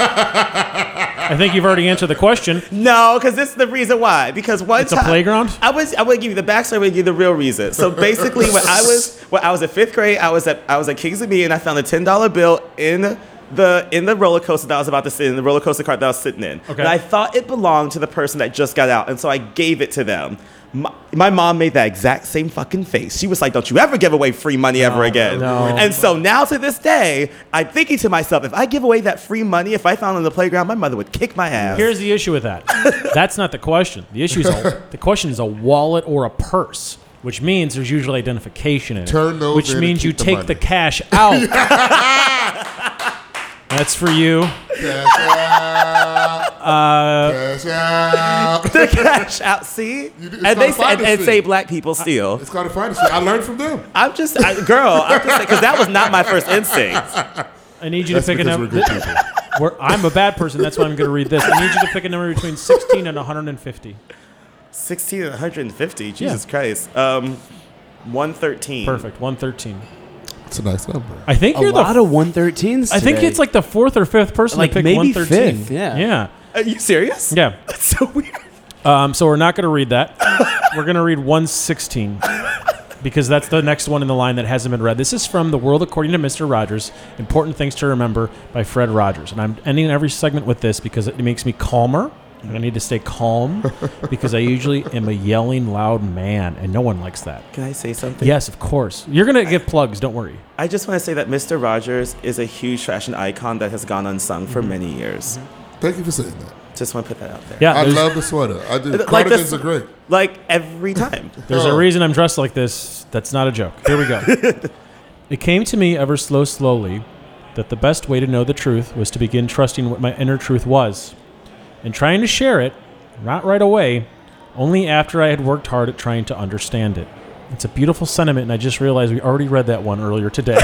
S1: I think you've already answered the question.
S3: No, because this is the reason why. Because one
S1: It's a
S3: time-
S1: playground?
S3: I was I would give you the backstory, I would give you the real reason. So basically, when I was when I was at fifth grade, I was at I was at Kingsley B, and I found a ten dollar bill in the in the roller coaster that I was about to sit in the roller coaster cart that I was sitting in.
S1: Okay.
S3: And I thought it belonged to the person that just got out, and so I gave it to them. My, my mom made that exact same fucking face. She was like, "Don't you ever give away free money ever again."
S1: no.
S3: And so now to this day, I'm thinking to myself, if I give away that free money, if I found it on the playground, my mother would kick my ass.
S1: Here's the issue with that. That's not the question. The issue is a, the question is a wallet or a purse, which means there's usually identification in it.
S2: Turn those
S1: which
S2: in and
S1: means you
S2: keep the
S1: take
S2: money.
S1: the cash out. That's for you.
S2: Cash out.
S1: Uh,
S2: Cash out.
S3: the cash out. See,
S2: You do- it's
S3: and they
S2: called
S3: say, and, and
S2: piracy.
S3: say black people steal.
S2: It's called a finance. I learned from them.
S3: I'm just I, girl. I'm just because that was not my first instinct.
S1: I need you
S2: That's
S1: to pick a
S2: because we're
S1: number.
S2: good people.
S1: We're- I'm a bad person. That's why I'm going to read this. I need you to pick a number between 16 and 150.
S3: 16 and 150. Jesus
S1: Yeah.
S3: Christ. Um, 113.
S1: Perfect. 113.
S2: It's a nice number.
S1: I think
S4: A
S1: you're
S4: lot
S1: the.
S4: of 113s.
S1: I think
S4: today.
S1: it's like the fourth or fifth person
S4: Like,
S1: to pick
S4: maybe
S1: 113.
S4: fifth, yeah.
S1: Yeah.
S3: Are you serious?
S1: Yeah.
S3: That's so weird.
S1: Um, so we're not going to read that. we're going to read 116 because that's the next one in the line that hasn't been read. This is from The World According to Mr. Rogers Important Things to Remember by Fred Rogers. And I'm ending every segment with this because it makes me calmer. And I need to stay calm because I usually am a yelling, loud man, and no one likes that.
S3: Can I say something?
S1: Yes, of course. You're going to get plugs, don't worry.
S3: I just want to say that Mr. Rogers is a huge fashion icon that has gone unsung
S1: Mm-hmm.
S3: for many years.
S2: Thank you for saying that.
S3: Just want to put that out there.
S1: Yeah,
S2: I
S1: there's,
S2: love the sweater. I do.
S3: Like
S2: Cardigans
S3: this-
S2: are great.
S3: Like every time.
S1: There's a
S2: Oh.
S1: reason I'm dressed like this. That's not a joke. Here we go. it came to me ever slow, slowly, that the best way to know the truth was to begin trusting what my inner truth was, and trying to share it, not right away, only after I had worked hard at trying to understand it. It's a beautiful sentiment, and I just realized we already read that one earlier today.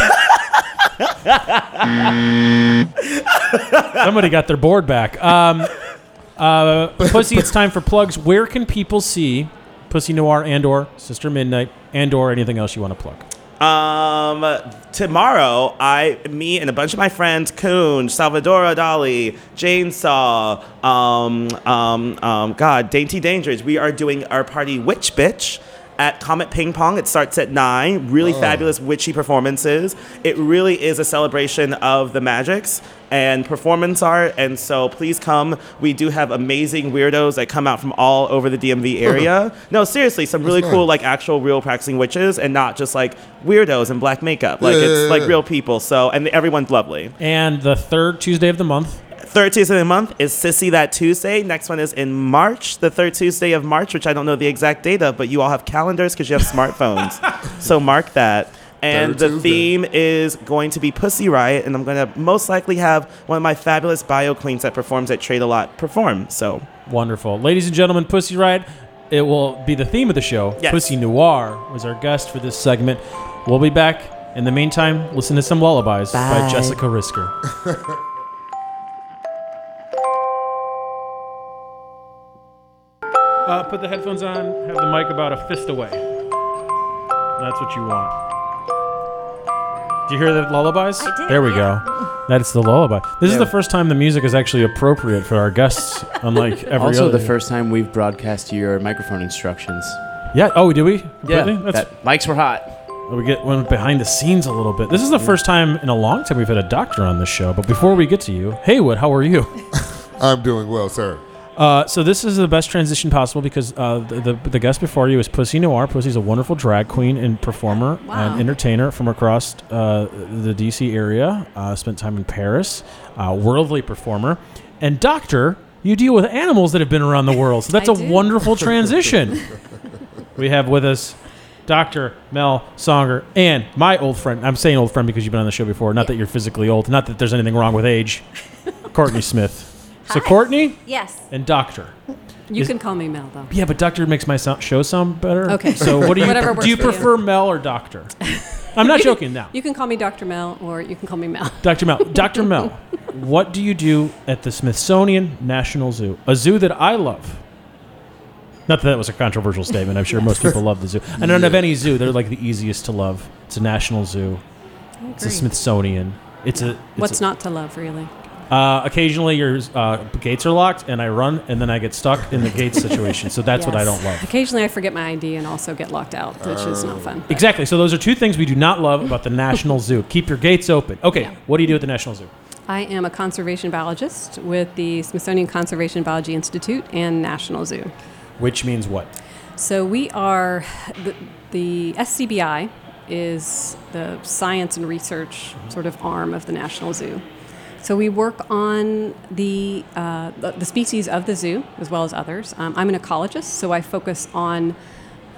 S1: Somebody got their board back. Um, uh, Pussy, it's time for plugs. Where can people see Pussy Noir and or Sister Midnight and or anything else you want to plug?
S3: Um, tomorrow, I, me, and a bunch of my friends, Coon, Salvadora Dali, Jane Saw, um, um, um, God, Dainty Dangerous, we are doing our party Witch Bitch at Comet Ping Pong. It starts at nine. Really fabulous witchy performances. It really is a celebration of the magics and performance art. And so please come. We do have amazing weirdos that come out from all over the DMV area. no, seriously, some really
S2: That's
S3: cool,
S2: nice.
S3: like, like actual real practicing witches and not just like weirdos in black makeup. Like
S2: Yeah,
S3: it's
S2: yeah,
S3: like
S2: yeah.
S3: real people. So and everyone's lovely.
S1: And the third Tuesday of the month,
S3: Third Tuesday of the month is Sissy That Tuesday. Next one is in March, the third Tuesday of March, which I don't know the exact date of, but you all have calendars because you have smartphones. so mark that. And
S2: Third
S3: the
S2: Tuesday.
S3: theme is going to be Pussy Riot, and I'm going to most likely have one of my fabulous bio queens that performs at Trade a Lot perform. So
S1: wonderful. Ladies and gentlemen, Pussy Riot, it will be the theme of the show.
S3: Yes.
S1: Pussy Noir was our guest for this segment. We'll be back. In the meantime, listen to some lullabies by
S3: Bye.
S1: Jessica Risker. Uh, put the headphones on, have the mic about a fist away. That's what you want. Do you hear the lullabies?
S5: I did,
S1: there we
S5: yeah.
S1: go. That's the lullaby. This is
S3: Yeah.
S1: the first time the music is actually appropriate for our guests, unlike every
S4: also
S1: other.
S4: the first time we've broadcast your microphone instructions.
S1: Yeah. Oh, do we? Completely? That's,
S4: that mics were hot.
S1: we get went behind the scenes a little bit. This is the first time in a long time we've had a doctor on this show. But before we get to you, Heywood, how are you?
S2: I'm doing well, sir.
S1: Uh, so this is the best transition possible because uh, the, the the guest before you is Pussy Noir. Pussy's a wonderful drag queen and performer
S5: Wow.
S1: and entertainer from across uh, the DC area. Uh, spent time in Paris, uh, worldly performer, and doctor. You deal with animals that have been around the world, so that's a
S5: I do.
S1: wonderful transition. we have with us Dr. Mel Songer and my old friend. I'm saying old friend because you've been on the show before. Not that you're physically old. Not that there's anything wrong with age. Courtney Smith. So
S5: Hi.
S1: Courtney
S5: Yes.
S1: and Doctor.
S6: You
S1: Is-
S6: can call me Mel, though.
S1: Yeah, but Doctor makes my so- show sound better.
S6: Okay.
S1: So what do you
S6: Whatever
S1: do? You
S6: works for you.
S1: prefer Mel or Doctor? I'm not joking now.
S6: You can call me Dr. Mel, or you can call me Mel.
S1: Dr. Mel, Dr. Mel, what do you do at the Smithsonian National Zoo, a zoo that I love? Not that that was a controversial statement. I'm sure most people love the zoo. I don't have any zoo. They're like the easiest to love. It's a national zoo. It's a Smithsonian. It's a. It's
S6: What's
S1: a,
S6: not to love, really?
S1: Uh, occasionally, your uh, gates are locked, and I run, and then I get stuck in the gate situation. So that's what I
S6: Yes.
S1: don't love.
S6: Occasionally, I forget my ID and also get locked out, which is not fun.
S1: Exactly. So those are two things we do not love about the National Zoo. Keep your gates open. Okay.
S6: Yeah.
S1: What do you do at the National Zoo?
S6: I am a conservation biologist with the Smithsonian Conservation Biology Institute and National Zoo.
S1: Which means what?
S6: So we are the, the SCBI is the science and research sort of arm of the National Zoo. So we work on the uh, the the species of the zoo as well as others. Um, I'm an ecologist, so I focus on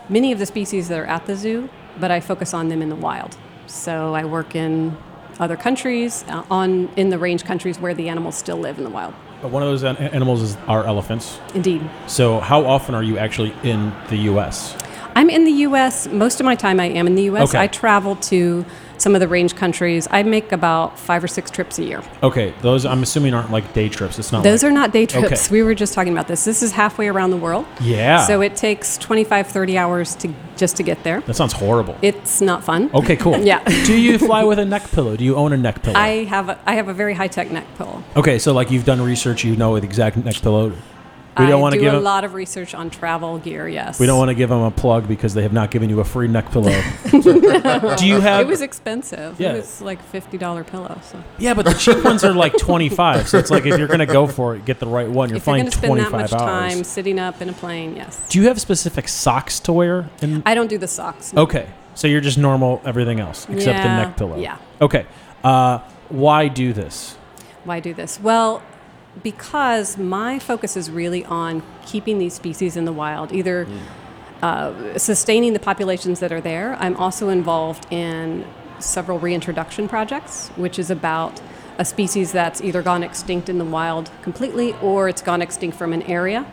S6: many of the species that are at the zoo, but I focus on them in the wild. So I work in other countries uh, on in the range countries where the animals still live in the wild.
S1: But Uh, one of those an- animals is our elephants.
S6: Indeed.
S1: So, how often are you actually in the U.S.?
S6: I'm in the U.S. Most of my time, I am in the U.S.
S1: Okay.
S6: I travel to some of the range countries. I make about five or six trips a year.
S1: Okay, those I'm assuming aren't like day trips. It's not.
S6: Those
S1: like-
S6: are not day trips.
S1: Okay.
S6: We were just talking about this. This is halfway around the world.
S1: Yeah.
S6: So it takes 25, 30 hours to just to get there.
S1: That sounds horrible.
S6: It's not fun.
S1: okay, cool.
S6: Yeah.
S1: do you fly with a neck pillow? Do you own a neck pillow?
S6: I have a, I have a very high tech neck pillow.
S1: okay, so like you've done research, you know the exact neck pillow. We don't
S6: I
S1: want
S6: do
S1: to give
S6: a
S1: them.
S6: lot of research on travel gear. Yes.
S1: We don't want to give them a plug because they have not given you a free neck pillow. do you have?
S6: It was expensive.
S1: Yeah.
S6: It was like fifty dollar pillow. So
S1: yeah, but the cheap ones are like twenty five. So it's like if you're gonna go for it, get the right one. You're
S6: if you're
S1: flying
S6: going to spend
S1: twenty
S6: that much
S1: five hours.
S6: time sitting up in a plane, yes.
S1: Do you have specific socks to wear? In-
S6: I don't do the socks. no.
S1: Okay. So you're just normal everything else except the
S6: Yeah,
S1: neck pillow.
S6: yeah.
S1: Okay. Uh, why do this?
S6: Why do this? Well, because my focus is really on keeping these species in the wild, either uh, sustaining the populations that are there. I'm also involved in several reintroduction projects, which is about a species that's either gone extinct in the wild completely or it's gone extinct from an area,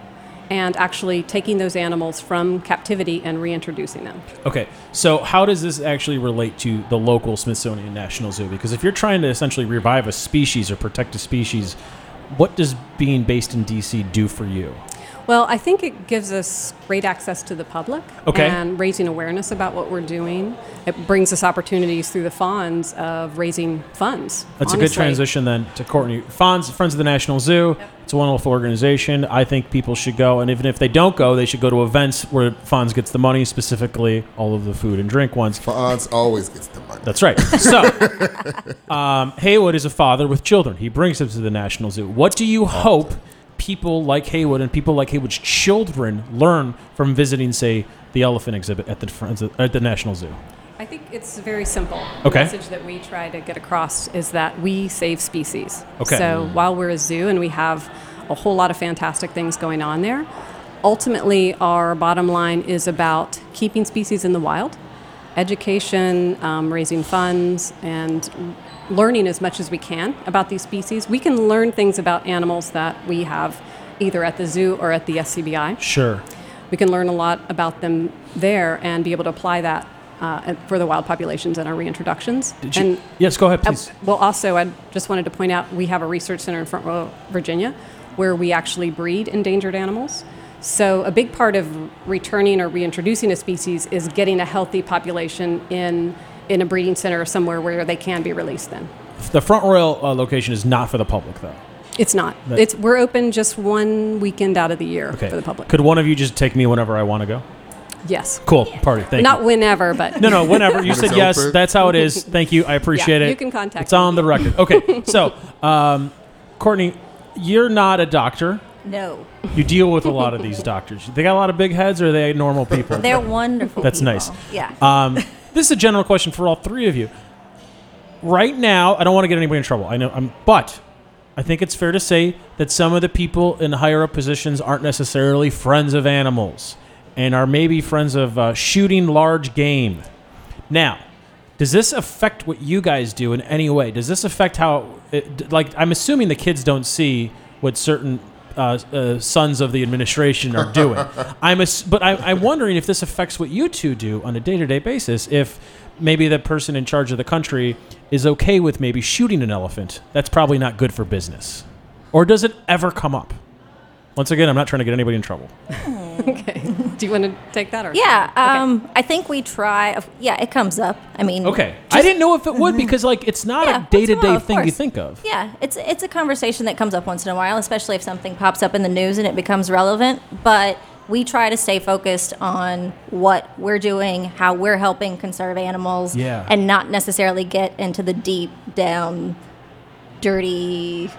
S6: and actually taking those animals from captivity and reintroducing them.
S1: Okay. So how does this actually relate to the local Smithsonian National Zoo? Because if you're trying to essentially revive a species or protect a species, what does being based in DC do for you?
S6: Well, I think it gives us great access to the public
S1: Okay.
S6: and raising awareness about what we're doing. It brings us opportunities through the funds of raising funds.
S1: That's a good
S6: honestly.
S1: transition then to Courtney. Fonz, Friends of the National Zoo. It's a wonderful organization. I think people should go, and even if they don't go, they should go to events where Fonz gets the money, specifically all of the food and drink ones.
S2: Fonz always gets the money.
S1: That's right. So, um, Haywood is a father with children. He brings them to the National Zoo. What do you hope people like Haywood and people like Haywood's children learn from visiting, say, the elephant exhibit at the Friends of- at the National Zoo?
S6: I think it's very simple.
S1: Okay.
S6: The message that we try to get across is that we save species.
S1: Okay.
S6: So while we're a zoo and we have a whole lot of fantastic things going on there, ultimately our bottom line is about keeping species in the wild, education, um, raising funds, and learning as much as we can about these species. We can learn things about animals that we have either at the zoo or at the SCBI
S1: Sure.
S6: we can learn a lot about them there and be able to apply that uh, for the wild populations in our reintroductions.
S1: Did you-
S6: and
S1: yes, go ahead,
S6: uh,
S1: please.
S6: well, also, I just wanted to point out we have a research center in Front Royal, Virginia, where we actually breed endangered animals. So, a big part of returning or reintroducing a species is getting a healthy population in in a breeding center or somewhere where they can be released. Then
S1: The Front Royal uh, location is not for the public, though.
S6: it's not.
S1: That-
S6: it's we're open just one weekend out of the year
S1: Okay.
S6: for the public.
S1: Could one of you just take me whenever I want to go?
S6: yes,
S1: Cool. Party. Thank
S6: not
S1: you.
S6: whenever, but
S1: No, no, whenever. You
S2: When
S1: said
S2: it's
S1: yes.
S2: open.
S1: That's how it is. Thank you. I appreciate
S6: Yeah,
S1: it.
S6: you can contact
S1: It's on
S6: me.
S1: the record. Okay. So, um, Courtney, you're not a doctor.
S5: No.
S1: You deal with a lot of these doctors. They got a lot of big heads, or are they normal people?
S5: They're wonderful.
S1: That's
S5: people.
S1: nice.
S5: Yeah.
S1: Um, this is a general question for all three of you. Right now, I don't want to get anybody in trouble. I know, I'm, but I think it's fair to say that some of the people in higher up positions aren't necessarily friends of animals and are maybe friends of uh, shooting large game. Now, does this uh, affect what you guys do in any way? Does this affect how, it, like, I'm assuming the kids don't see what certain uh, uh, sons of the administration are doing. I'm ass- but I, I'm wondering if this affects what you two do on a day to day basis. If maybe the person in charge of the country is okay with maybe shooting an elephant, that's probably not good for business. Or does it ever come up? Once again, I'm not trying to get anybody in trouble.
S6: Okay. Do you want to take that or?
S5: Yeah, um, I think we try. Yeah, it comes up. I mean,
S1: Okay, I didn't know if it would because like it's not
S5: Mm-hmm. Yeah,
S1: a
S5: once in
S1: day
S5: a
S1: to day
S5: while, of
S1: thing you
S5: course.
S1: think of.
S5: Yeah, it's it's a conversation that comes up once in a while, especially if something pops up in the news and it becomes relevant. But we try to stay focused on what we're doing, how we're helping conserve animals,
S1: Yeah.
S5: and not necessarily get into the deep down, dirty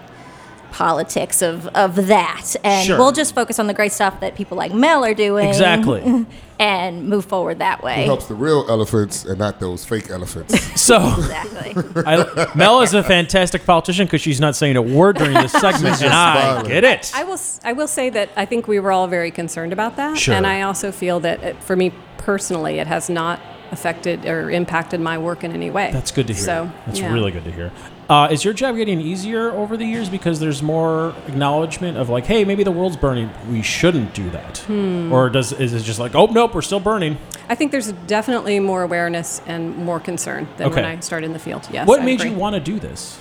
S5: politics of of that. And
S1: Sure.
S5: we'll just focus on the great stuff that people like Mel are doing,
S1: Exactly.
S5: and move forward that way.
S2: It helps the real elephants and not those fake elephants.
S1: So.
S5: Exactly.
S1: I, Mel is a fantastic politician because she's not saying a word during this segment, and I
S2: smiling.
S1: get it.
S6: I will. s- I will say that I think we were all very concerned about that,
S1: Sure.
S6: and I also feel that it, for me personally, it has not affected or impacted my work in any way.
S1: That's good to hear.
S6: So
S1: That's
S6: yeah.
S1: really good to hear. Uh, is your job getting easier over the years because there's more acknowledgement of like, hey, maybe the world's burning, we shouldn't do that,
S6: Hmm.
S1: or does is it just like, oh nope, we're still burning?
S6: I think there's definitely more awareness and more concern than when
S1: Okay.
S6: I started in the field. Yes.
S1: what
S6: I
S1: made
S6: agree.
S1: you want to do this?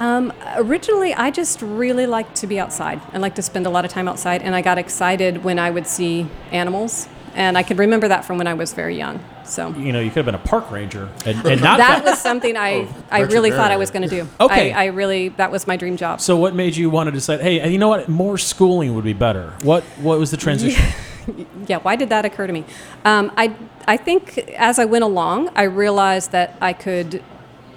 S6: Um, originally, I just really liked to be outside. I liked to spend a lot of time outside, and I got excited when I would see animals, and I could remember that from when I was very young. So.
S1: You know, you could have been a park ranger and, and not.
S6: That was something I, I really thought I was going to do.
S1: Okay.
S6: I, I really, that was my dream job.
S1: so what made you want to decide? Hey, you know what? More schooling would be better. What What was the transition?
S6: yeah, why did that occur to me? Um, I I think as I went along, I realized that I could.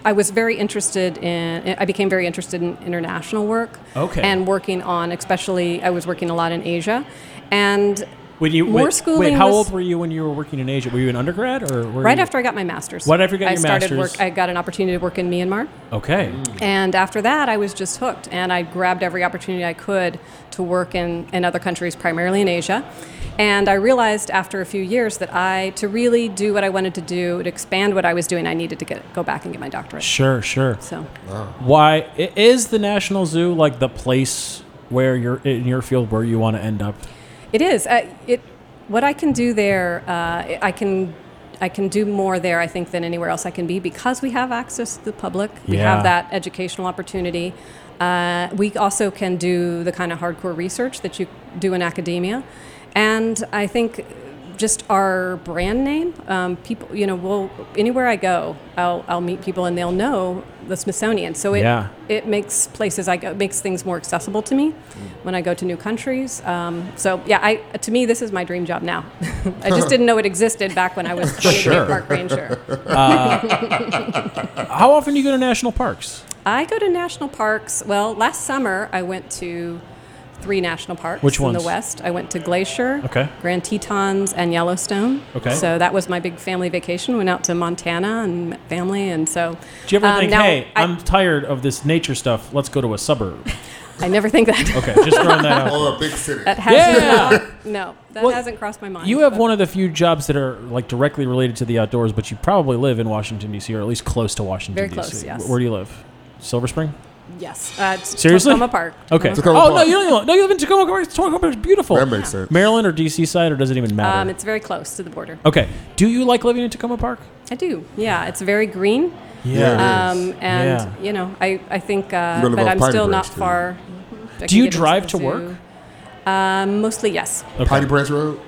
S6: I was very interested in. I became very interested in international work.
S1: Okay.
S6: And working on, especially, I was working a lot in Asia, and
S1: When you
S6: More
S1: wait, Wait,
S6: schooling
S1: how
S6: was-
S1: old were you when you were working in Asia? Were you an undergrad or were
S6: right
S1: you-
S6: after I got my master's.
S1: Right after you got
S6: I
S1: your
S6: started
S1: master's.
S6: Work, I got an opportunity to work in Myanmar.
S1: Okay.
S2: Mm.
S6: And after that, I was just hooked, and I grabbed every opportunity I could to work in, in other countries, primarily in Asia. And I realized after a few years that I, to really do what I wanted to do, to expand what I was doing, I needed to get, go back and get my doctorate.
S1: Sure, sure.
S6: So,
S1: Why i- is the National Zoo like the place where you're in your field where you want to end up?
S6: It is. Uh, it what I can do there. Uh, I can. I can do more there, I think, than anywhere else I can be because we have access to the public. We
S1: Yeah.
S6: have that educational opportunity. Uh, we also can do the kind of hardcore research that you do in academia, and I think just our brand name. Um, people, you know, will anywhere I go, I'll, I'll meet people and they'll know the Smithsonian. So it
S1: Yeah.
S6: it makes places I go, it makes things more accessible to
S1: Mm.
S6: me when I go to new countries. Um, so yeah, I to me this is my dream job now. I just didn't know it existed back when I was training
S1: Sure.
S6: a park ranger.
S1: How often do you go to national parks?
S6: I go to national parks. Well, last summer I went to three national parks
S1: Which
S6: in
S1: ones?
S6: the West. I went to Glacier,
S1: Okay.
S6: Grand Tetons, and Yellowstone.
S1: Okay.
S6: So that was my big family vacation. Went out to Montana and met family, and so.
S1: Do you ever
S6: um,
S1: think,
S6: now
S1: hey,
S6: I,
S1: I, am tired of this nature stuff. Let's go to a suburb.
S6: I never think that.
S1: Okay, just throwing that out.
S2: or a big city.
S6: That hasn't,
S1: Yeah.
S6: No, that
S1: Well,
S6: hasn't crossed my mind.
S1: You have
S6: but-
S1: one of the few jobs that are like directly related to the outdoors, but you probably live in Washington D.C. or at least close to Washington
S6: Very
S1: D.C.
S6: close, yes.
S1: Where do you live? Silver Spring.
S6: Yes. Uh, t-
S1: Seriously?
S6: Tacoma Park. Um,
S1: Okay.
S2: Tacoma
S1: oh no,
S2: Park.
S1: you don't. even- No, you live in Tacoma. Park. Tacoma Park is beautiful.
S2: That makes sense.
S1: Maryland or D.C. side, or does it Oh. even matter?
S6: Um, it's very close to the border.
S1: okay. Do you like living in Tacoma Park?
S6: I do. Yeah, it's very green.
S2: Yeah.
S6: Um, and,
S1: Yeah.
S6: you know, I, I think, uh,
S2: You live
S6: but
S2: off
S6: I'm
S2: Piney
S6: still
S2: Branch,
S6: not
S2: too.
S6: far. I
S1: Do
S6: can
S1: you
S6: get into
S1: drive
S6: the
S1: to work?
S6: zoo. Um, mostly, yes.
S2: Piney Branch Road.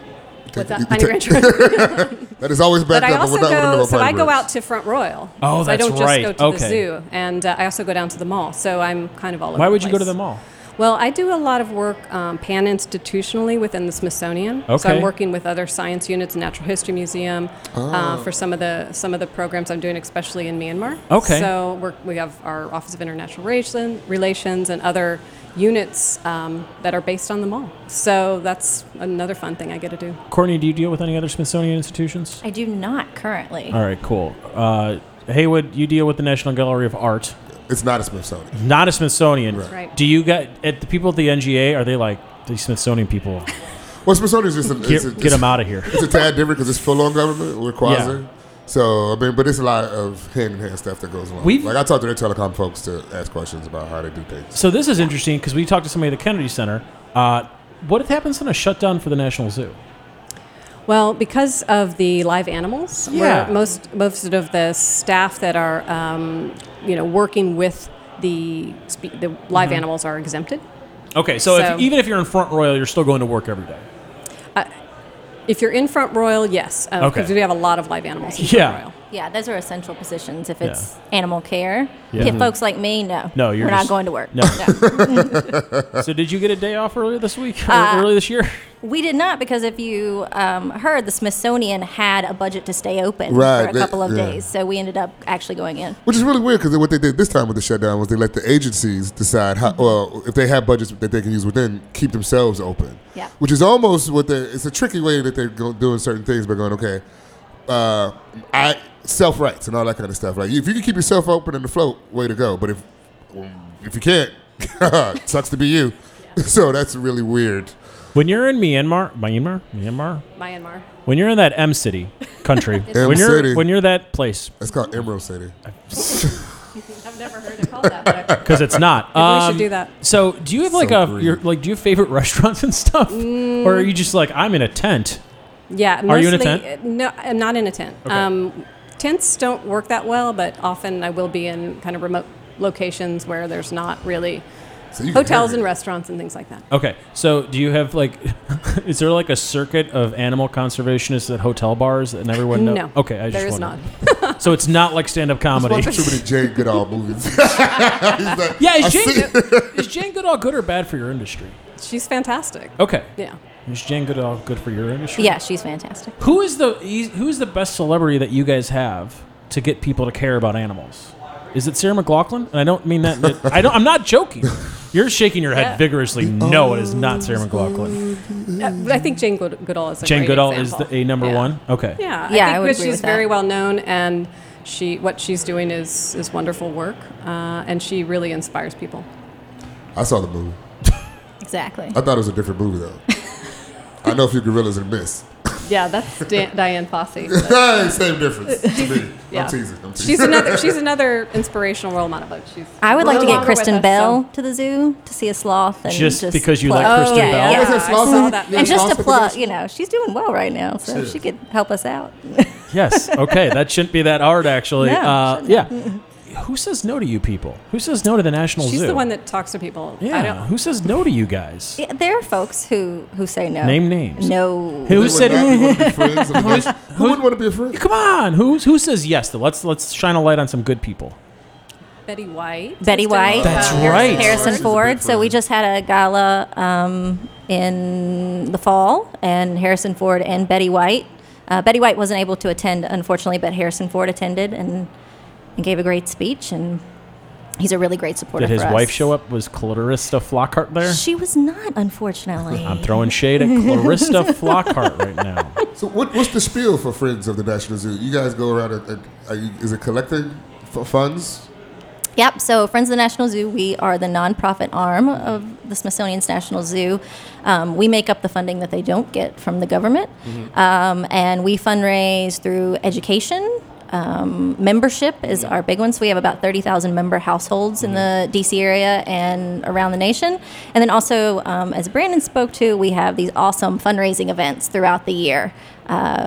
S6: What's
S2: You
S6: that?
S2: can
S6: Piney
S2: take-
S6: Ranch Road.
S2: That is always
S6: But
S2: backed
S6: I
S2: up.
S6: also
S2: we're not gonna
S6: go,
S2: know
S6: so
S2: Piney
S6: I go
S2: Branch.
S6: out to Front Royal.
S1: Oh,
S6: so I
S1: that's
S6: don't just
S1: right.
S6: go to
S1: Okay.
S6: the zoo. And uh, I also go down to the mall. So I'm kind of all over
S1: Why would you go to
S6: place.
S1: the mall?
S6: Well, I do a lot of work um, pan institutionally within the Smithsonian. So
S1: Okay.
S6: I'm working with other science units, Natural History Museum, uh, for some of the some of the programs I'm doing, especially in Myanmar.
S1: Okay.
S6: So we're, we have our Office of International Relation, Relations and other units um, that are based on the mall. So that's another fun thing I get to do.
S1: Courtney, do you deal with any other Smithsonian institutions?
S5: I do not currently.
S1: All right, cool. Uh, Haywood, you deal with the National Gallery of Art,
S2: It's not a Smithsonian.
S1: not a Smithsonian.
S6: Right.
S1: Do you get at the people at the NGA? Are they like the Smithsonian people?
S2: Well, Smithsonian is just a,
S1: Get,
S2: it's a,
S1: get them out of here.
S2: It's a tad different because it's full on government. We're quasi. So I mean, but it's a lot of hand in hand stuff that goes along.
S1: We've-
S2: like I talked to their telecom folks to ask questions about how they do things.
S1: So this is interesting because we talked to somebody at the Kennedy Center. Uh, what happens in a shutdown for the National Zoo?
S6: Well, because of the live animals,
S1: Yeah.
S6: we're- most most of the staff that are, um, you know, working with the spe- the live
S1: Mm-hmm.
S6: animals are exempted.
S1: Okay, so,
S6: So-
S1: if, even if you're in Front Royal, you're still going to work every day.
S6: If you're in Front Royal, yes, Uh, because
S1: Okay.
S6: we have a lot of live animals. In
S1: Yeah.
S6: Front Royal.
S5: Yeah, those are essential positions if
S1: Yeah.
S5: it's animal care.
S1: Yeah. Mm-hmm.
S5: If folks like me, no.
S1: No, you're
S5: We're
S1: just-
S5: not going to work.
S1: no. so did you get a day off earlier this week or
S6: Uh,
S1: earlier this year?
S5: We did not because if you um, heard, the Smithsonian had a budget to stay open
S2: Right,
S5: for a
S2: that-
S5: couple of
S2: yeah.
S5: days, so we ended up actually going in.
S2: Which is really weird because what they did this time with the shutdown was they let the agencies decide how,
S6: Mm-hmm.
S2: well, if they have budgets that they can use within, keep themselves open.
S5: Yeah.
S2: Which is almost what they, it's a tricky way that they're go, doing certain things by going, okay, uh, I self rights and all that kind of stuff. Like if you can keep yourself open and afloat, way to go. But if if you can't, sucks to be you. So that's really weird.
S1: When you're in Myanmar, Myanmar, Myanmar.
S6: Myanmar.
S1: When you're in that M city country,
S2: M
S1: when you're
S2: City.
S1: when you're that place,
S2: That's called Emerald City.
S6: I've never heard it called that. But I-
S1: because it's not. um,
S6: Maybe we should do that.
S1: So, do you have like
S2: So
S1: a
S2: green.
S1: your, like do you have favorite restaurants and stuff, or are you just like I'm in a tent?
S6: yeah.
S1: Are you in a
S6: mostly- uh,
S1: tent?
S6: No, I'm not in a tent. Um, tents don't work that well, but often I will be in kind of remote locations where there's not really
S2: So you can
S6: hotels
S2: hang
S6: and
S2: it.
S6: restaurants and things like that.
S1: Okay, so do you have like, is there like a circuit of animal conservationists at hotel bars and everyone? Know?
S6: No.
S1: Okay, I just
S6: there is
S1: wondered.
S6: not.
S1: So it's not like stand up comedy.
S2: Watching too many Jane Goodall movies. He's like,
S1: Yeah,
S2: I
S1: is Jane,
S2: see-
S1: is Jane Goodall good or bad for your industry?
S6: She's fantastic.
S1: Okay,
S6: Yeah.
S1: is Jane Goodall good for your industry?
S5: Yeah, she's fantastic.
S1: Who is the e, who is the best celebrity that you guys have to get people to care about animals? Is it Sarah McLaughlin? And I don't mean that. that- I don't. I'm not joking. You're shaking your head
S6: Yeah.
S1: vigorously. No, it is not Sarah McLaughlin.
S6: Uh, but I think Jane Good- Goodall is a
S1: Jane
S6: great
S1: Goodall is
S6: example.
S1: the, a number
S6: Yeah.
S1: one. Okay.
S6: Yeah,
S5: Yeah,
S6: I think
S5: I would
S6: that
S5: agree
S6: she's
S5: with
S6: very
S5: that.
S6: well known, and she what she's doing is is wonderful work, uh, and she really inspires people.
S2: I saw the movie.
S5: Exactly.
S2: I thought it was a different movie though. I know a few gorillas and a miss.
S6: Yeah, that's Dan- Diane Fossey.
S2: Same difference to me.
S6: Yeah.
S2: I'm teasing. I'm teasing.
S6: She's another she's another inspirational role model, but she's
S5: I would like
S6: no
S5: to get
S6: longer with
S5: Kristen
S6: us,
S5: Bell
S6: so-
S5: to the zoo to see a sloth. And
S1: Just
S5: just,
S1: because you
S5: plug- Oh,
S1: like Kristen
S5: yeah,
S1: Bell?
S5: Yeah.
S2: Is it
S6: Yeah, I
S2: sloth
S6: saw
S2: in-
S6: that
S2: yeah,
S5: And just
S2: sloth
S5: to
S2: in
S5: plug,
S2: this?
S5: you know, she's doing well right now, so she could help us out.
S1: Yes. Okay. that shouldn't be that hard, actually.
S5: No,
S1: uh, yeah. Who says no to you people? Who says no to the National
S6: She's
S1: Zoo?
S6: the one that talks to people. I
S1: yeah.
S6: don't,
S1: Who says no to you guys?
S5: Yeah, there are folks who who say no.
S1: Name names.
S5: No.
S1: Who
S2: They would
S1: said?
S2: not be wanting to be friends. I mean, that's- Who wouldn't want to be a friend?
S1: Come on. Who's who says yes? To, let's let's shine a light on some good people.
S6: Betty White.
S5: Betty
S6: Kristen
S5: White.
S6: Wiig,
S1: That's
S6: Harrison
S1: right.
S2: Harris-
S5: Uh, Harrison
S2: She's a big
S5: Ford. So
S2: fan.
S5: we just had a gala um, in the fall, and Harrison Ford and Betty White. Uh, Betty White wasn't able to attend, unfortunately, but Harrison Ford attended and, and gave a great speech, and he's a really great supporter.
S1: Did his
S5: for us.
S1: wife show up? Was Clarista Flockhart there?
S5: She was not, unfortunately.
S1: I'm throwing shade at Clarista Flockhart right now.
S2: So what, what's the spiel for friends of the National Zoo? You guys go around and, and are you, is it collecting f- funds?
S5: Yep. So, Friends of the National Zoo, we are the nonprofit arm of the Smithsonian's National Zoo. Um, we make up the funding that they don't get from the government, um, and we fundraise through education. Um, membership is our big one. So we have about 30,000 member households in the DC area and around the nation. And then also, um, as Brandon spoke to, we have these awesome fundraising events throughout the year.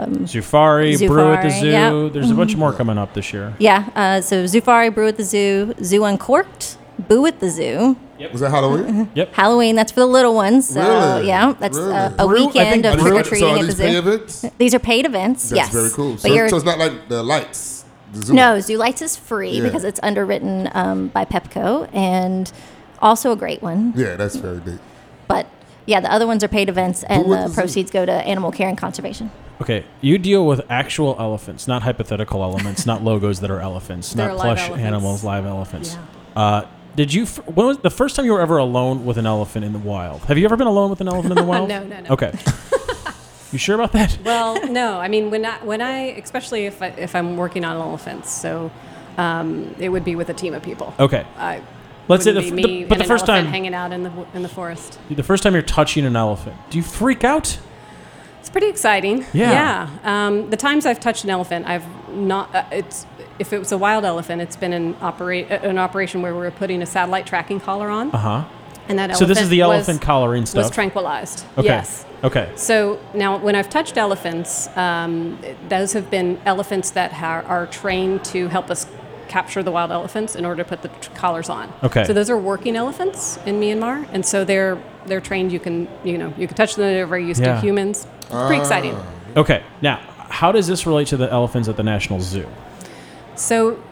S1: Zufari, Brew at the
S5: Zufari,
S1: Zoo.
S5: yeah.
S1: There's a
S6: Mm-hmm.
S1: bunch more coming up this year.
S5: Yeah. Uh, so, Zufari, Brew at the Zoo, Zoo Uncorked, Boo at the Zoo,
S2: Was that Halloween?
S5: Halloween. That's for the little ones. So
S2: Really?
S5: yeah, that's
S2: Really?
S5: a, a
S1: Brew- I think
S5: weekend of
S1: brew-
S5: trick
S2: So
S5: or
S2: are
S5: treating at the
S2: these pay
S5: zoo.
S2: events? That's
S5: These are paid events. yes,
S2: very cool.
S5: But
S2: So,
S5: you're,
S2: so it's not like the lights. The zoo.
S5: no, Zoo Lights is free
S2: Yeah.
S5: because it's underwritten um, by Pepco and also a great one.
S2: Yeah, that's very big.
S5: But yeah, the other ones are paid events, and
S2: Who was
S5: the
S2: the zoo?
S5: proceeds go to animal care and conservation.
S1: Okay, you deal with actual elephants, not hypothetical elements, not logos that are elephants,
S6: They're
S1: not
S6: live
S1: plush
S6: elephants.
S1: animals, live elephants. Uh, did you? f- When was the first time you were ever alone with an elephant in the wild? Have you ever been alone with an elephant in the wild?
S6: No, no, no.
S1: Okay. you sure about that?
S6: Well, no, I mean when I when I especially if I, if I'm working on elephants, so um, it would be with a team of people.
S1: Okay.
S6: I
S1: Oh. Let's say the,
S6: wouldn't
S1: f-
S6: be
S1: the-
S6: me
S1: but
S6: and
S1: the
S6: an
S1: first
S6: elephant
S1: time,
S6: hanging out in the w- in the forest.
S1: the first time you're touching an elephant, do you freak out?
S6: It's pretty exciting.
S1: Yeah.
S6: Yeah. Um, the times I've touched an elephant, I've not uh, it's if it was a wild elephant, it's been an operate uh, an operation where we were putting a satellite tracking collar on,
S1: Uh huh.
S6: and that
S1: So this is the
S6: was-
S1: elephant collaring
S6: was
S1: stuff.
S6: tranquilized.
S1: okay.
S6: Yes.
S1: Okay.
S6: So now, when I've touched elephants, um, those have been elephants that ha- are trained to help us capture the wild elephants in order to put the t- collars on.
S1: Okay.
S6: So those are working elephants in Myanmar, and so they're they're trained. You can you know you can touch them. They're very used
S1: Yeah.
S6: to humans. It's pretty exciting.
S1: Okay. Now, how does this relate to the elephants at the National Zoo?
S6: So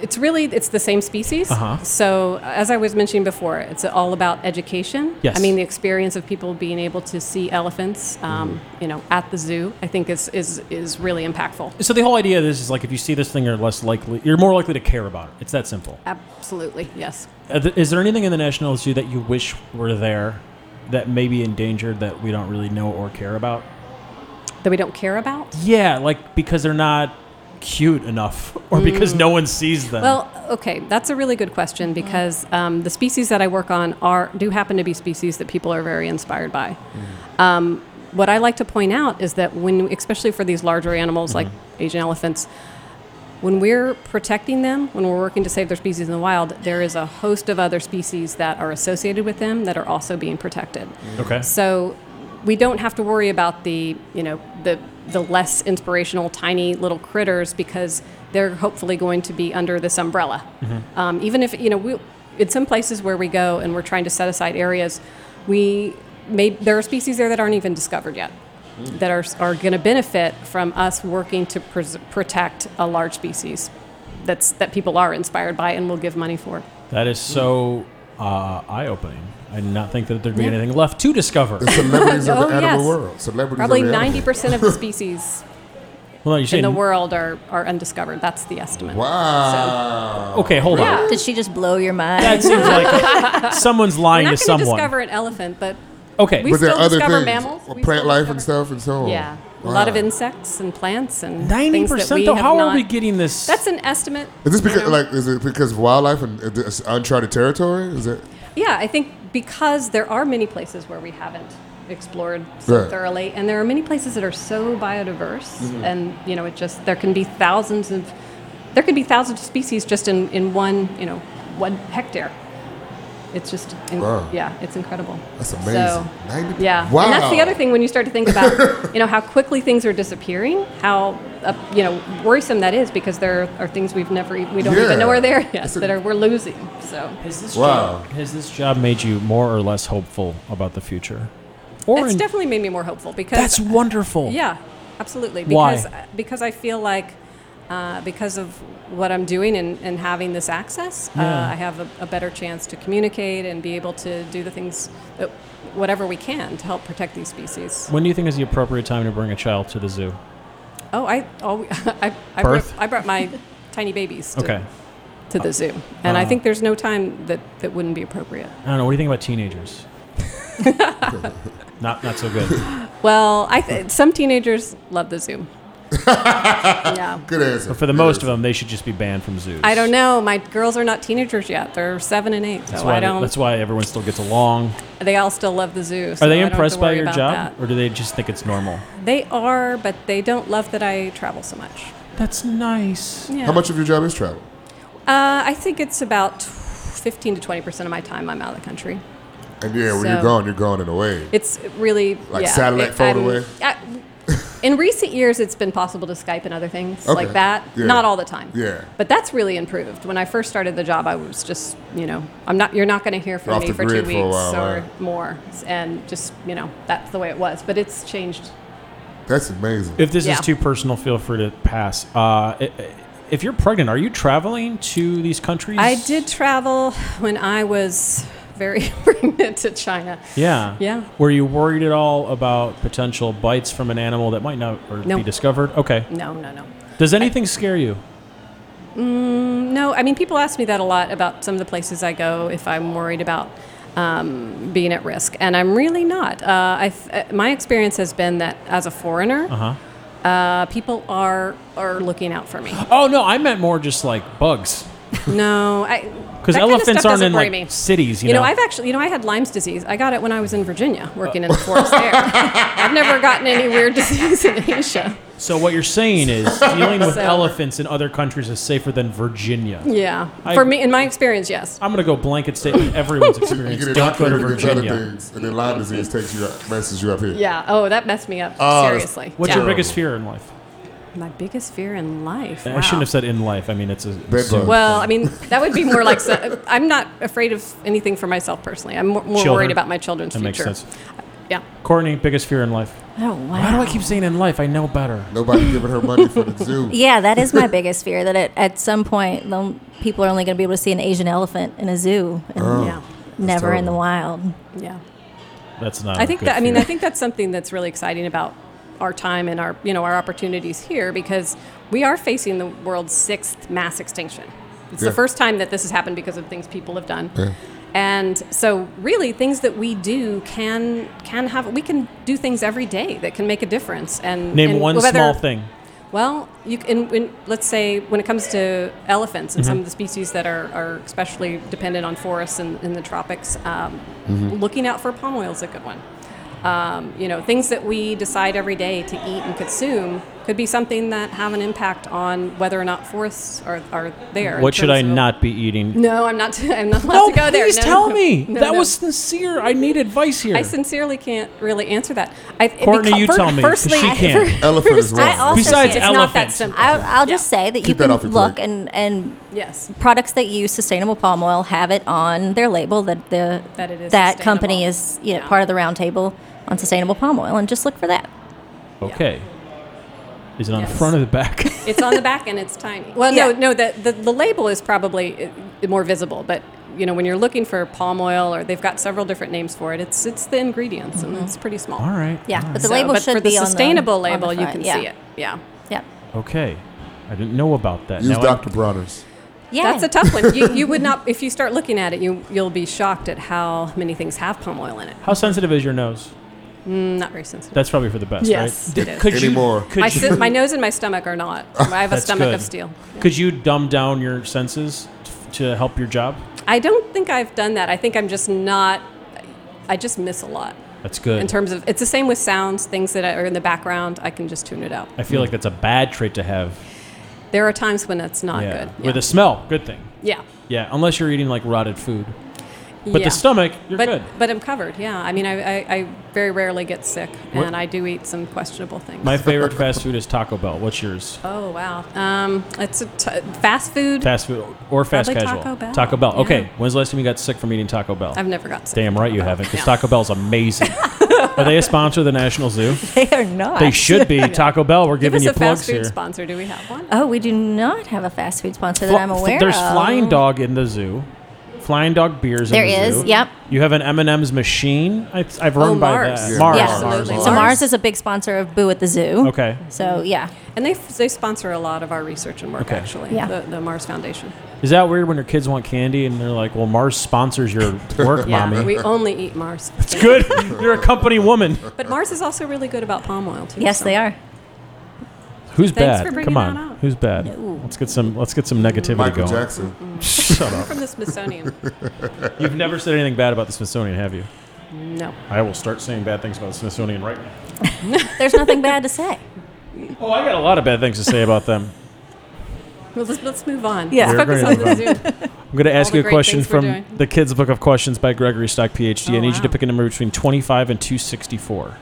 S6: it's really it's the same species.
S1: Uh-huh.
S6: So as I was mentioning before, it's all about education.
S1: Yes.
S6: I mean the experience of people being able to see elephants, um,
S1: Mm.
S6: you know, at the zoo. I think is is is really impactful.
S1: So the whole idea of this is like if you see this thing, you're less likely, you're more likely to care about it. It's that simple.
S6: Absolutely, yes.
S1: Are th- Is there anything in the National Zoo that you wish were there that may be endangered that we don't really know or care about?
S6: That we don't care about.
S1: Yeah, like because they're not cute enough, or because no one sees them.
S6: Well, okay, that's a really good question because um, the species that I work on are do happen to be species that people are very inspired by. Um, what I like to point out is that when, especially for these larger animals like Asian elephants, when we're protecting them, when we're working to save their species in the wild, there is a host of other species that are associated with them that are also being protected.
S1: okay.
S6: So we don't have to worry about the, you know, the the less inspirational tiny little critters because they're hopefully going to be under this umbrella. Um, even if you know, we, in some places where we go and we're trying to set aside areas, we may there are species there that aren't even discovered yet. That are, are going to benefit from us working to pres- protect a large species that's that people are inspired by and will give money for.
S1: That is so uh, eye-opening. I did not think that there'd be
S6: Yeah.
S1: anything left to discover.
S2: The celebrities of
S6: Oh,
S2: the animal
S6: yes.
S2: world. Celebrities
S6: Probably
S2: of the
S6: ninety
S2: animal world.
S6: percent of the species
S1: Well, no, you say
S6: in the world are, are undiscovered. That's the estimate.
S2: Wow.
S1: Okay, hold on.
S5: Did she just blow your mind?
S1: That seems like someone's
S6: We're
S1: lying
S6: not
S1: to
S6: going to
S1: someone.
S6: discover an elephant, but
S1: okay,
S6: we-
S2: But there are
S6: still
S2: other
S6: discover
S2: things,
S6: mammals.
S2: well,
S6: We
S2: plant
S6: still
S2: life and
S6: discover-
S2: stuff and so on.
S6: yeah, a lot of
S2: Wow.
S6: insects and plants and
S1: ninety
S6: things that we
S1: percent. Though,
S6: have
S1: how
S6: not,
S1: are we getting this?
S6: That's an estimate.
S2: Is this
S6: you
S2: because
S6: know?
S2: like is it because of wildlife and uh, this uncharted territory? Is it?
S6: Yeah, I think because there are many places where we haven't explored so
S2: Right. Mm-hmm.
S6: thoroughly, and there are many places that are so biodiverse, and you know, it just there can be thousands of there could be thousands of species just in in one you know one hectare. It's just in,
S2: Wow.
S6: yeah, it's incredible.
S2: That's
S6: So-
S2: amazing. 90
S6: Yeah.
S2: Wow.
S6: And that's the other thing when you start to think about, you know, how quickly things are disappearing, how, uh, you know, worrisome that is because there are things we've never, e- we don't
S2: Yeah.
S6: even know are there yet
S2: It's a-
S6: that are, we're losing. So
S1: has this
S2: Wow.
S1: job has this job made you more or less hopeful about the future? Or
S6: it's
S1: in-
S6: definitely made me more hopeful because
S1: that's wonderful.
S6: Yeah, absolutely.
S1: Why?
S6: Because uh, because I feel like uh, because of what I'm doing and, and having this access,
S1: Yeah.
S6: uh, I have a, a better chance to communicate and be able to do the things, that, whatever we can, to help protect these species.
S1: When do you think is the appropriate time to bring a child to the zoo?
S6: Oh, I oh, I, I,
S1: Birth?
S6: brought, I brought my tiny babies to,
S1: Okay,
S6: to the zoo, and I
S1: Uh.
S6: think there's no time that that wouldn't be appropriate.
S1: I don't know. What do you think about teenagers? not not so good.
S6: Well, I th- some teenagers love the zoo. yeah.
S2: Good answer.
S1: But for the
S2: Good
S1: most
S2: answer.
S1: of them, they should just be banned from zoos.
S6: I don't know. My girls are not teenagers yet. They're seven and eight, so
S1: That's why,
S6: I don't.
S1: that's why everyone still gets along.
S6: They all still love the zoo. so
S1: Are
S6: I
S1: they
S6: don't have to
S1: impressed by
S6: worry
S1: your
S6: about
S1: job, or do they just think it's normal?
S6: that. They are, but they don't love that I travel so much.
S1: That's nice.
S6: Yeah.
S2: How much of your job is travel?
S6: Uh, I think it's about fifteen to twenty percent of my time I'm out of the country.
S2: And yeah, when you're
S6: So-
S2: gone, you're gone in a way.
S6: It's really
S2: Like
S6: yeah,
S2: satellite
S6: it-
S2: phone
S6: I'm-
S2: away?
S6: I- in recent years, it's been possible to Skype and other things
S2: Okay.
S6: like that.
S2: Yeah.
S6: Not all the time.
S2: Yeah.
S6: But that's really improved. When I first started the job, I was just you know I'm not you're not going to hear from
S2: Off
S6: me
S2: the
S6: for
S2: grid
S6: two
S2: for a
S6: weeks
S2: while,
S6: or
S2: right.
S6: more, and just you know that's the way it was. But it's changed.
S2: That's amazing.
S1: If this
S6: Yeah.
S1: is too personal, feel free to pass. Uh, i- i- if you're pregnant, are you traveling to these countries?
S6: I did travel when I was very pregnant to China.
S1: Yeah.
S6: Yeah.
S1: Were you worried at all about potential bites from an animal that might not or
S6: No.
S1: be discovered? Okay.
S6: No, no, no.
S1: Does anything scare you?
S6: No, I mean, people ask me that a lot about some of the places I go if I'm worried about um, being at risk, and I'm really not. Uh, I th- uh, my experience has been that as a foreigner,
S1: Uh huh.
S6: uh, people are are looking out for me.
S1: Oh no, I meant more just like bugs.
S6: No, I
S1: Because
S6: that kinda
S1: elephants
S6: stuff
S1: aren't
S6: doesn't
S1: in
S6: worry
S1: like
S6: me.
S1: cities. You, Uh,
S6: You know, I've actually, you know, I had Lyme's disease. I got it when I was in Virginia working in the forest there. I've never gotten any weird disease in Asia.
S1: so what you're saying is dealing with
S6: So-
S1: elephants in other countries is safer than Virginia.
S6: Yeah,
S1: I-
S6: for me, in my experience, yes.
S1: I'm gonna go blanket statement. Everyone's experience.
S2: You get
S1: Don't go to
S2: inoculated with these other
S1: Virginia.
S2: things, and then Lyme disease takes you up, messes you up here.
S6: Yeah. Oh, that messed me up
S2: Oh, that's-
S6: seriously.
S1: What's
S6: yeah.
S1: your biggest fear in life?
S6: My biggest fear in life.
S1: I shouldn't
S6: wow.
S1: have said in life. I mean, it's a.
S2: bugs.
S1: assumed
S6: Well,
S1: thing.
S6: I mean, that would be more like so, I'm not afraid of anything for myself personally. I'm more, more
S1: Children.
S6: worried about my children's
S1: that makes
S6: future.
S1: sense.
S6: Yeah.
S1: Courtney, biggest fear in life.
S5: Oh wow.
S1: Why do I keep saying in life? I know better.
S2: Nobody giving her money for the zoo.
S5: Yeah, that is my biggest fear that at, at some point the- people are only going to be able to see an Asian elephant in a zoo and
S2: Oh.
S6: Yeah.
S5: never in the
S2: terrible.
S5: wild.
S6: Yeah.
S1: That's not.
S6: I
S1: a
S6: think
S1: good
S6: that I mean
S1: fear.
S6: I think that's something that's really exciting about our time and our you know our opportunities here because we are facing the world's sixth mass extinction. It's
S2: Yeah.
S6: the first time that this has happened because of things people have done.
S2: Yeah.
S6: And so really things that we do can can have we can do things every day that can make a difference and
S1: Name
S6: and
S1: one
S6: whether-
S1: small thing.
S6: Well, you can, in, let's say when it comes to elephants and
S1: Mm-hmm.
S6: some of the species that are, are especially dependent on forests and in the tropics, um,
S1: Mm-hmm.
S6: looking out for palm oil is a good one. Um, you know, things that we decide every day to eat and consume could be something that have an impact on whether or not forests are, are there. in
S1: What should I
S6: terms of-
S1: not be eating?
S6: No, I'm not. I'm not allowed
S1: No,
S6: to go there.
S1: please
S6: No,
S1: tell
S6: no,
S1: me.
S6: no,
S1: that
S6: no.
S1: was sincere. I need advice here.
S6: I sincerely can't really answer that. I, it
S1: Courtney,
S6: becau-
S1: you
S6: fir-
S1: tell me, 'cause
S6: Firstly,
S1: she can't.
S2: Elephant is wrong.
S5: I also
S1: Besides
S5: think
S6: it's not that
S1: elephants.
S6: simple.
S5: I'll, I'll just say that you
S2: Keep that
S5: can
S2: off your
S5: look
S2: plate.
S5: and and
S6: yes.
S5: products that use sustainable palm oil have it on their label that the
S6: That it is
S5: that
S6: sustainable.
S5: company is you know part of the round table on sustainable palm oil and just look for that.
S1: okay. Is it on the
S6: Yes.
S1: front or the back?
S6: It's on the back and it's tiny. Well, no,
S5: Yeah.
S6: no, the, the, the label is probably uh, more visible, but you know, when you're looking for palm oil or they've got several different names for it, it's it's the ingredients and it's pretty small.
S1: All right.
S5: Yeah,
S1: all right.
S5: but Mm-hmm. the label
S6: but
S5: should
S6: for
S5: be
S6: the
S5: on
S6: sustainable
S5: on the
S6: label, you
S5: front,
S6: can
S5: yeah.
S6: see it. Yeah.
S5: Yeah,
S1: okay. I didn't know about that.
S2: Use
S1: Now I'm-
S2: Dr. Bronner's.
S5: yeah.
S6: That's a tough one. You, you would not if you start looking at it, you you'll be shocked at how many things have palm oil in it.
S1: How sensitive is your nose?
S6: Not very sensitive.
S1: That's probably for the best,
S6: Yes,
S1: right?
S6: it
S1: D-
S6: is.
S1: Could
S2: Anymore.
S1: you? Could
S6: my,
S1: you?
S6: si- my nose and my stomach are not. I have a
S1: That's
S6: stomach
S1: good.
S6: of steel.
S1: Could you dumb down your senses t- to help your job?
S6: I don't think I've done that. I think I'm just not. I just miss a lot.
S1: That's good.
S6: in terms of it's the same with sounds things that are in the background i can just tune it out
S1: I feel like that's a bad trait to have.
S6: there are times when that's not
S1: yeah.
S6: good
S1: With a smell, good thing.
S6: yeah
S1: Yeah, unless you're eating like rotted food.
S6: yeah
S1: But the stomach, you're
S6: but,
S1: good.
S6: but i'm covered yeah i mean i, I, I very rarely get sick
S1: What-
S6: and i do eat some questionable things
S1: My favorite fast food is Taco Bell. What's yours?
S6: oh wow um it's a t- fast food
S1: Fast food or fast
S6: Probably
S1: casual?
S6: Taco Bell. Yeah.
S1: Okay. When's the last time you got sick from eating Taco Bell?
S6: i've never got sick
S1: Damn right you
S6: Taco Bell.
S1: haven't, because
S6: Yeah.
S1: Taco Bell's amazing. Are they a sponsor of the National Zoo?
S5: they are not.
S1: They should be. Taco Bell, we're
S6: give
S1: giving
S6: us
S1: you
S6: a
S1: plugs
S6: fast food
S1: here.
S6: sponsor do we have one
S5: Oh, we do not have a fast food sponsor that
S1: Fl-
S5: I'm
S1: fl-
S5: aware
S1: there's
S5: of.
S1: Flying Dog in the zoo. Flying Dog beers.
S5: There
S1: in the
S5: is,
S1: zoo.
S5: yep.
S1: You have an M&M's machine. I, I've run
S6: Oh,
S1: by
S6: Mars.
S1: that.
S2: Yeah,
S1: Mars.
S5: Yeah,
S2: Mars,
S5: absolutely.
S2: Mars.
S5: So Mars is a big sponsor of Boo at the Zoo.
S1: Okay.
S5: So yeah,
S6: and they, f- they sponsor a lot of our research and work
S1: Okay.
S6: actually
S5: Yeah.
S6: the, the mars foundation
S1: Is that weird when your kids want candy and they're like, "Well, Mars sponsors your work,
S6: yeah
S1: mommy"?
S6: we only eat mars
S1: it's good. You're a company woman.
S6: but mars is also really good about palm oil too
S5: yes,
S6: so-
S5: they are.
S1: Who's
S6: Thanks
S1: bad?
S6: for bringing
S1: Come on.
S6: that up.
S1: Who's bad? Let's get some. Let's get some negativity
S2: Michael
S1: going.
S2: Jackson.
S1: Shut up.
S6: from the smithsonian
S1: You've never said anything bad about the Smithsonian, have you?
S6: no
S1: I will start saying bad things about the Smithsonian right now.
S5: There's nothing bad to say.
S1: Oh, I got a lot of bad things to say about them.
S6: Well, let's, let's move on.
S5: Yeah.
S6: Let's oh,
S1: We're
S6: focus
S1: gonna
S6: on the zoo.
S1: I'm going to ask
S6: the
S1: you a
S6: great
S1: question
S6: things we're
S1: from
S6: doing.
S1: the Kids Book of Questions by Gregory Stock, PhD. I
S6: Oh,
S1: need you to
S6: wow.
S1: pick a number between 25 and 264.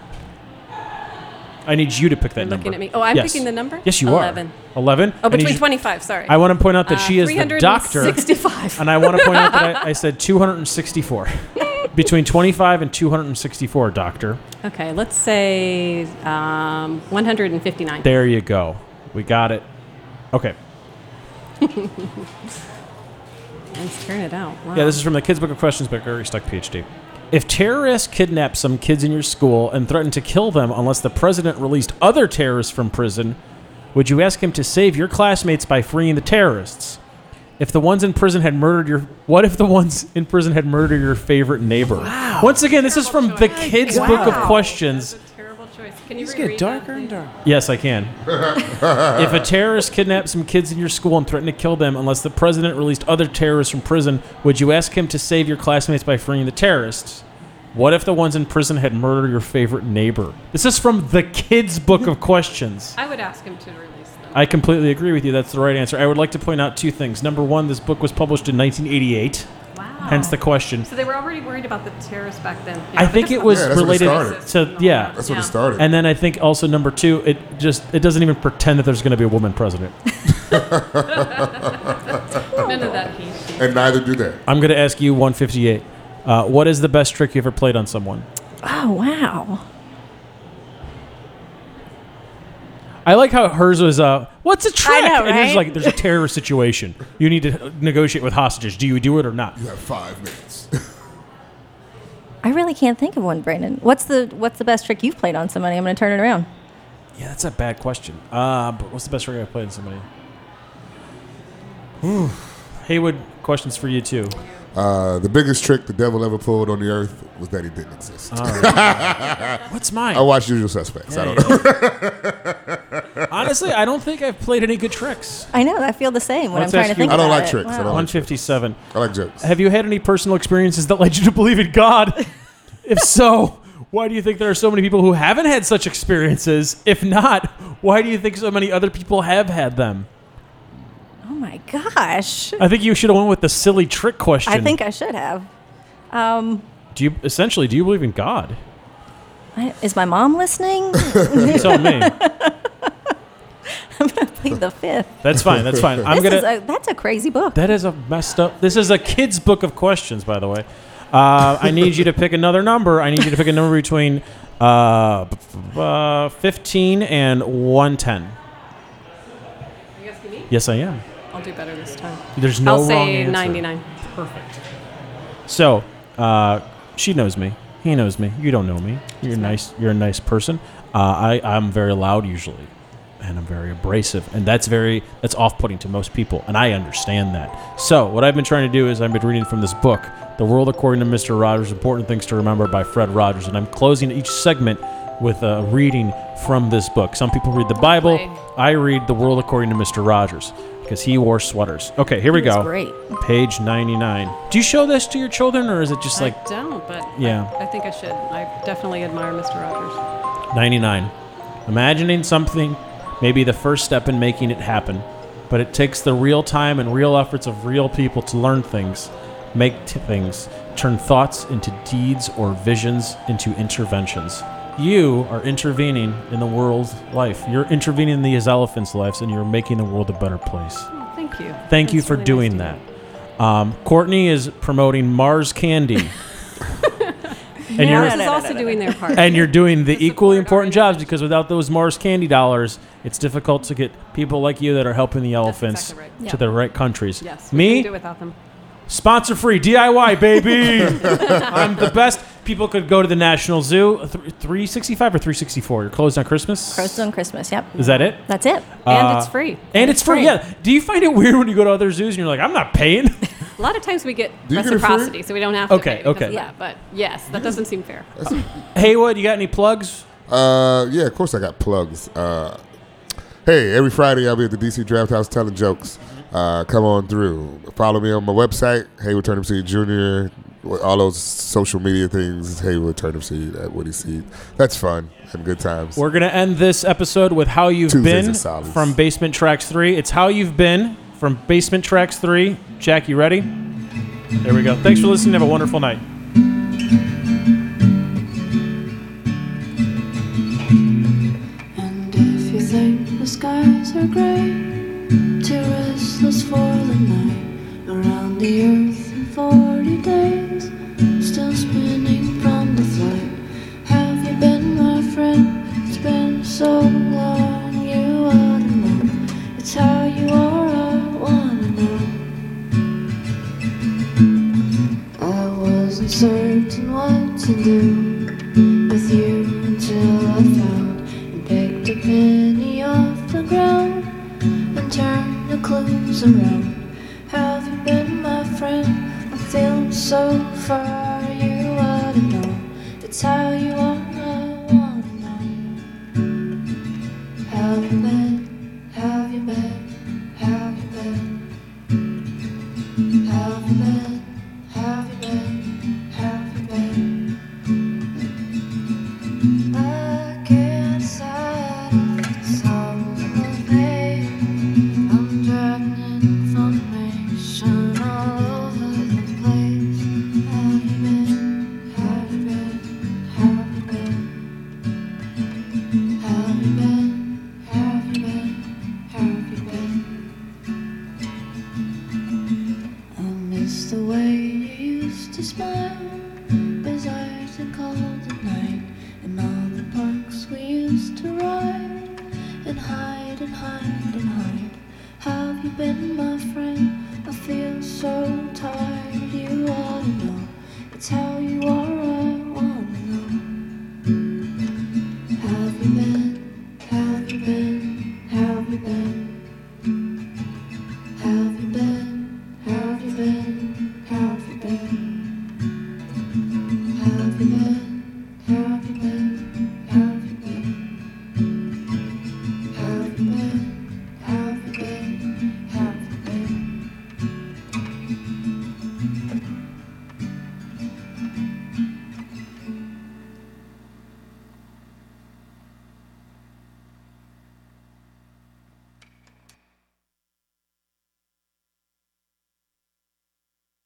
S1: I need you to pick that
S6: You're
S1: number.
S6: looking at me. Oh, I'm
S1: Yes.
S6: picking the number?
S1: Yes, you are.
S6: 11.
S1: 11.
S6: Oh,
S1: I need
S6: between
S1: you-
S6: 25, sorry.
S1: I want to point out that
S6: Uh,
S1: she is the doctor,
S6: 365.
S1: and I want to point out that I, I said 264. between 25 and 264, doctor.
S6: Okay, let's say um, 159.
S1: There you go. We got it. Okay.
S6: Let's turn it out. Wow.
S1: Yeah, this is from the Kids Book of Questions by Gregory Stuck, PhD. If terrorists kidnapped some kids in your school and threatened to kill them unless the president released other terrorists from prison, would you ask him to save your classmates by freeing the terrorists? If the ones in prison had murdered your, what if the ones in prison had murdered your favorite neighbor? Wow. Once again, this is from the Kids Book of Questions.
S6: That's a terrible choice. Can you
S4: It's getting
S6: reread that,
S4: darker and
S6: please?
S4: darker.
S1: Yes, I can. if a terrorist kidnapped some kids in your school and threatened to kill them unless the president released other terrorists from prison, would you ask him to save your classmates by freeing the terrorists? What if the ones in prison had murdered your favorite neighbor? This is from the kids' book of questions.
S6: I would ask him to release them.
S1: I completely agree with you. That's the right answer. I would like to point out two things. Number one, this book was published in 1988,
S6: wow.
S1: hence the question.
S6: So they were already worried about the terrorists back then.
S1: I think it was
S2: Yeah, that's when it
S1: related to
S6: started.
S1: yeah.
S2: That's when
S6: Yeah.
S2: it started.
S1: And then I think also number two, it just it doesn't even pretend that there's going to be a woman president.
S6: None of that he. she.
S2: and neither do they.
S1: I'm going to ask you 158. Uh, what is the best trick you ever played on someone?
S5: Oh wow.
S1: I like how hers was. Uh, What's a trick?
S5: know,
S1: And it's
S5: right?
S1: like there's a terrorist situation. You need to negotiate with hostages. Do you do it or not?
S2: You have five minutes.
S5: I really can't think of one, Brandon. What's the what's the best trick you've played on somebody? I'm going to turn it around.
S1: Yeah, that's a bad question. Uh, but what's the best trick I played on somebody? Ooh. Haywood, questions for you too.
S2: Uh, the biggest trick the devil ever pulled on the earth was that he didn't exist.
S1: What's mine?
S2: I watched Usual Suspects. Oh, I don't know.
S1: Honestly, I don't think I've played any good tricks.
S5: I know. I feel the same when
S1: Let's
S5: I'm
S1: ask
S5: trying to
S1: you-
S5: think.
S2: I don't
S5: about
S2: like
S5: it.
S2: tricks. I
S5: Wow.
S2: don't like
S1: 157.
S2: I like jokes.
S1: Have you had any personal experiences that led you to believe in God? if so, why do you think there are so many people who haven't had such experiences? If not, why do you think so many other people have had them?
S5: Oh my gosh.
S1: I think you should have went with the silly trick question.
S5: I think I should have. Um,
S1: Do you essentially do you believe in God?
S5: I, is my mom listening?
S1: You tell me.
S5: Plead the fifth.
S1: That's fine. That's fine. I'm
S5: This
S1: gonna.
S5: is a, that's a crazy book.
S1: that is a messed up. This is a kid's book of questions, by the way. Uh, I need you to pick another number. I need you to pick a number between uh, b- b- uh, 15 and 110.
S6: Are you asking me?
S1: Yes, I am.
S6: I'll do better this time.
S1: There's no
S6: I'll
S1: wrong
S6: say
S1: answer.
S6: 99.
S1: Perfect. So, uh, she knows me. He knows me. You don't know me. You're nice. You're a nice person. Uh, I I'm very loud usually, and I'm very abrasive, and that's very that's off-putting to most people, and I understand that. So, what I've been trying to do is I've been reading from this book, The World According to Mr. Rogers: Important Things to Remember by Fred Rogers, and I'm closing each segment with a reading from this book. Some people read the Bible.
S6: Okay.
S1: I read The World According to Mr. Rogers because he wore sweaters. Okay, here we
S5: That's
S1: go.
S5: great.
S1: Page 99. Do you show this to your children or is it just like
S6: I don't, but
S1: Yeah.
S6: I, I think I should. I definitely admire Mr. Rogers.
S1: 99? Imagining something may be the first step in making it happen, but it takes the real time and real efforts of real people to learn things, make t- things, turn thoughts into deeds or visions into interventions. You are intervening in the world's life. You're intervening in these elephants' lives and you're making the world a better place.
S6: Oh, thank you.
S1: Thank you
S6: That's
S1: for
S6: really nice
S1: doing
S6: to
S1: that.
S6: you.
S1: Um, Courtney is promoting Mars Candy. and
S5: No,
S1: you're
S5: no,
S6: This is also doing their part.
S1: and you're doing the equally
S6: support
S1: important
S6: our
S1: jobs because without those Mars Candy dollars, it's difficult to get people like you that are helping the elephants
S6: exactly
S1: to
S6: right.
S1: the right countries.
S6: yes, we couldn't
S1: Me,
S6: do it without them.
S1: sponsor free DIY baby. I'm the best. People could go to the National Zoo, th- 365 or 364. You're closed on Christmas.
S5: Roasted on Christmas. Yep.
S1: Is that it?
S5: That's it.
S1: Uh,
S6: and it's free.
S1: And it's free. Yeah. Do you find it weird when you go to other zoos and you're like, I'm not paying?
S6: A lot of times we get
S2: Do you get it free?
S6: reciprocity, so we don't have to.
S1: Okay,
S6: pay because
S1: okay.
S6: of that, but yes, that doesn't seem fair.
S1: Haywood, you got any plugs?
S2: Uh, yeah, of course I got plugs. Uh, hey, every Friday I'll be at the DC Draft House telling jokes. Uh, come on through. Follow me on my website, Hayward Turnip Seed Jr. with All those social media things, Hayward Turnip Seed at Woody Seed. That's fun and good times.
S1: We're going to end this episode with How You've
S2: Tuesdays
S1: Been
S2: and Saturdays.
S1: from Basement Tracks 3. It's How You've Been from Basement Tracks 3. Jack, you ready? There we go. Thanks for listening. Have a wonderful night.
S7: And if you think the skies are grey, too restless for the night, around the earth in 40 days, still spinning from the flight. Have you been my friend? It's been so long, you ought to know. It's how you are, I wanna know. I wasn't certain what to do with you until I found and picked a penny off the ground and turned the clues around. Have you been my friend? I feel so far, you ought to know. That's how you are, I want to know. to smile.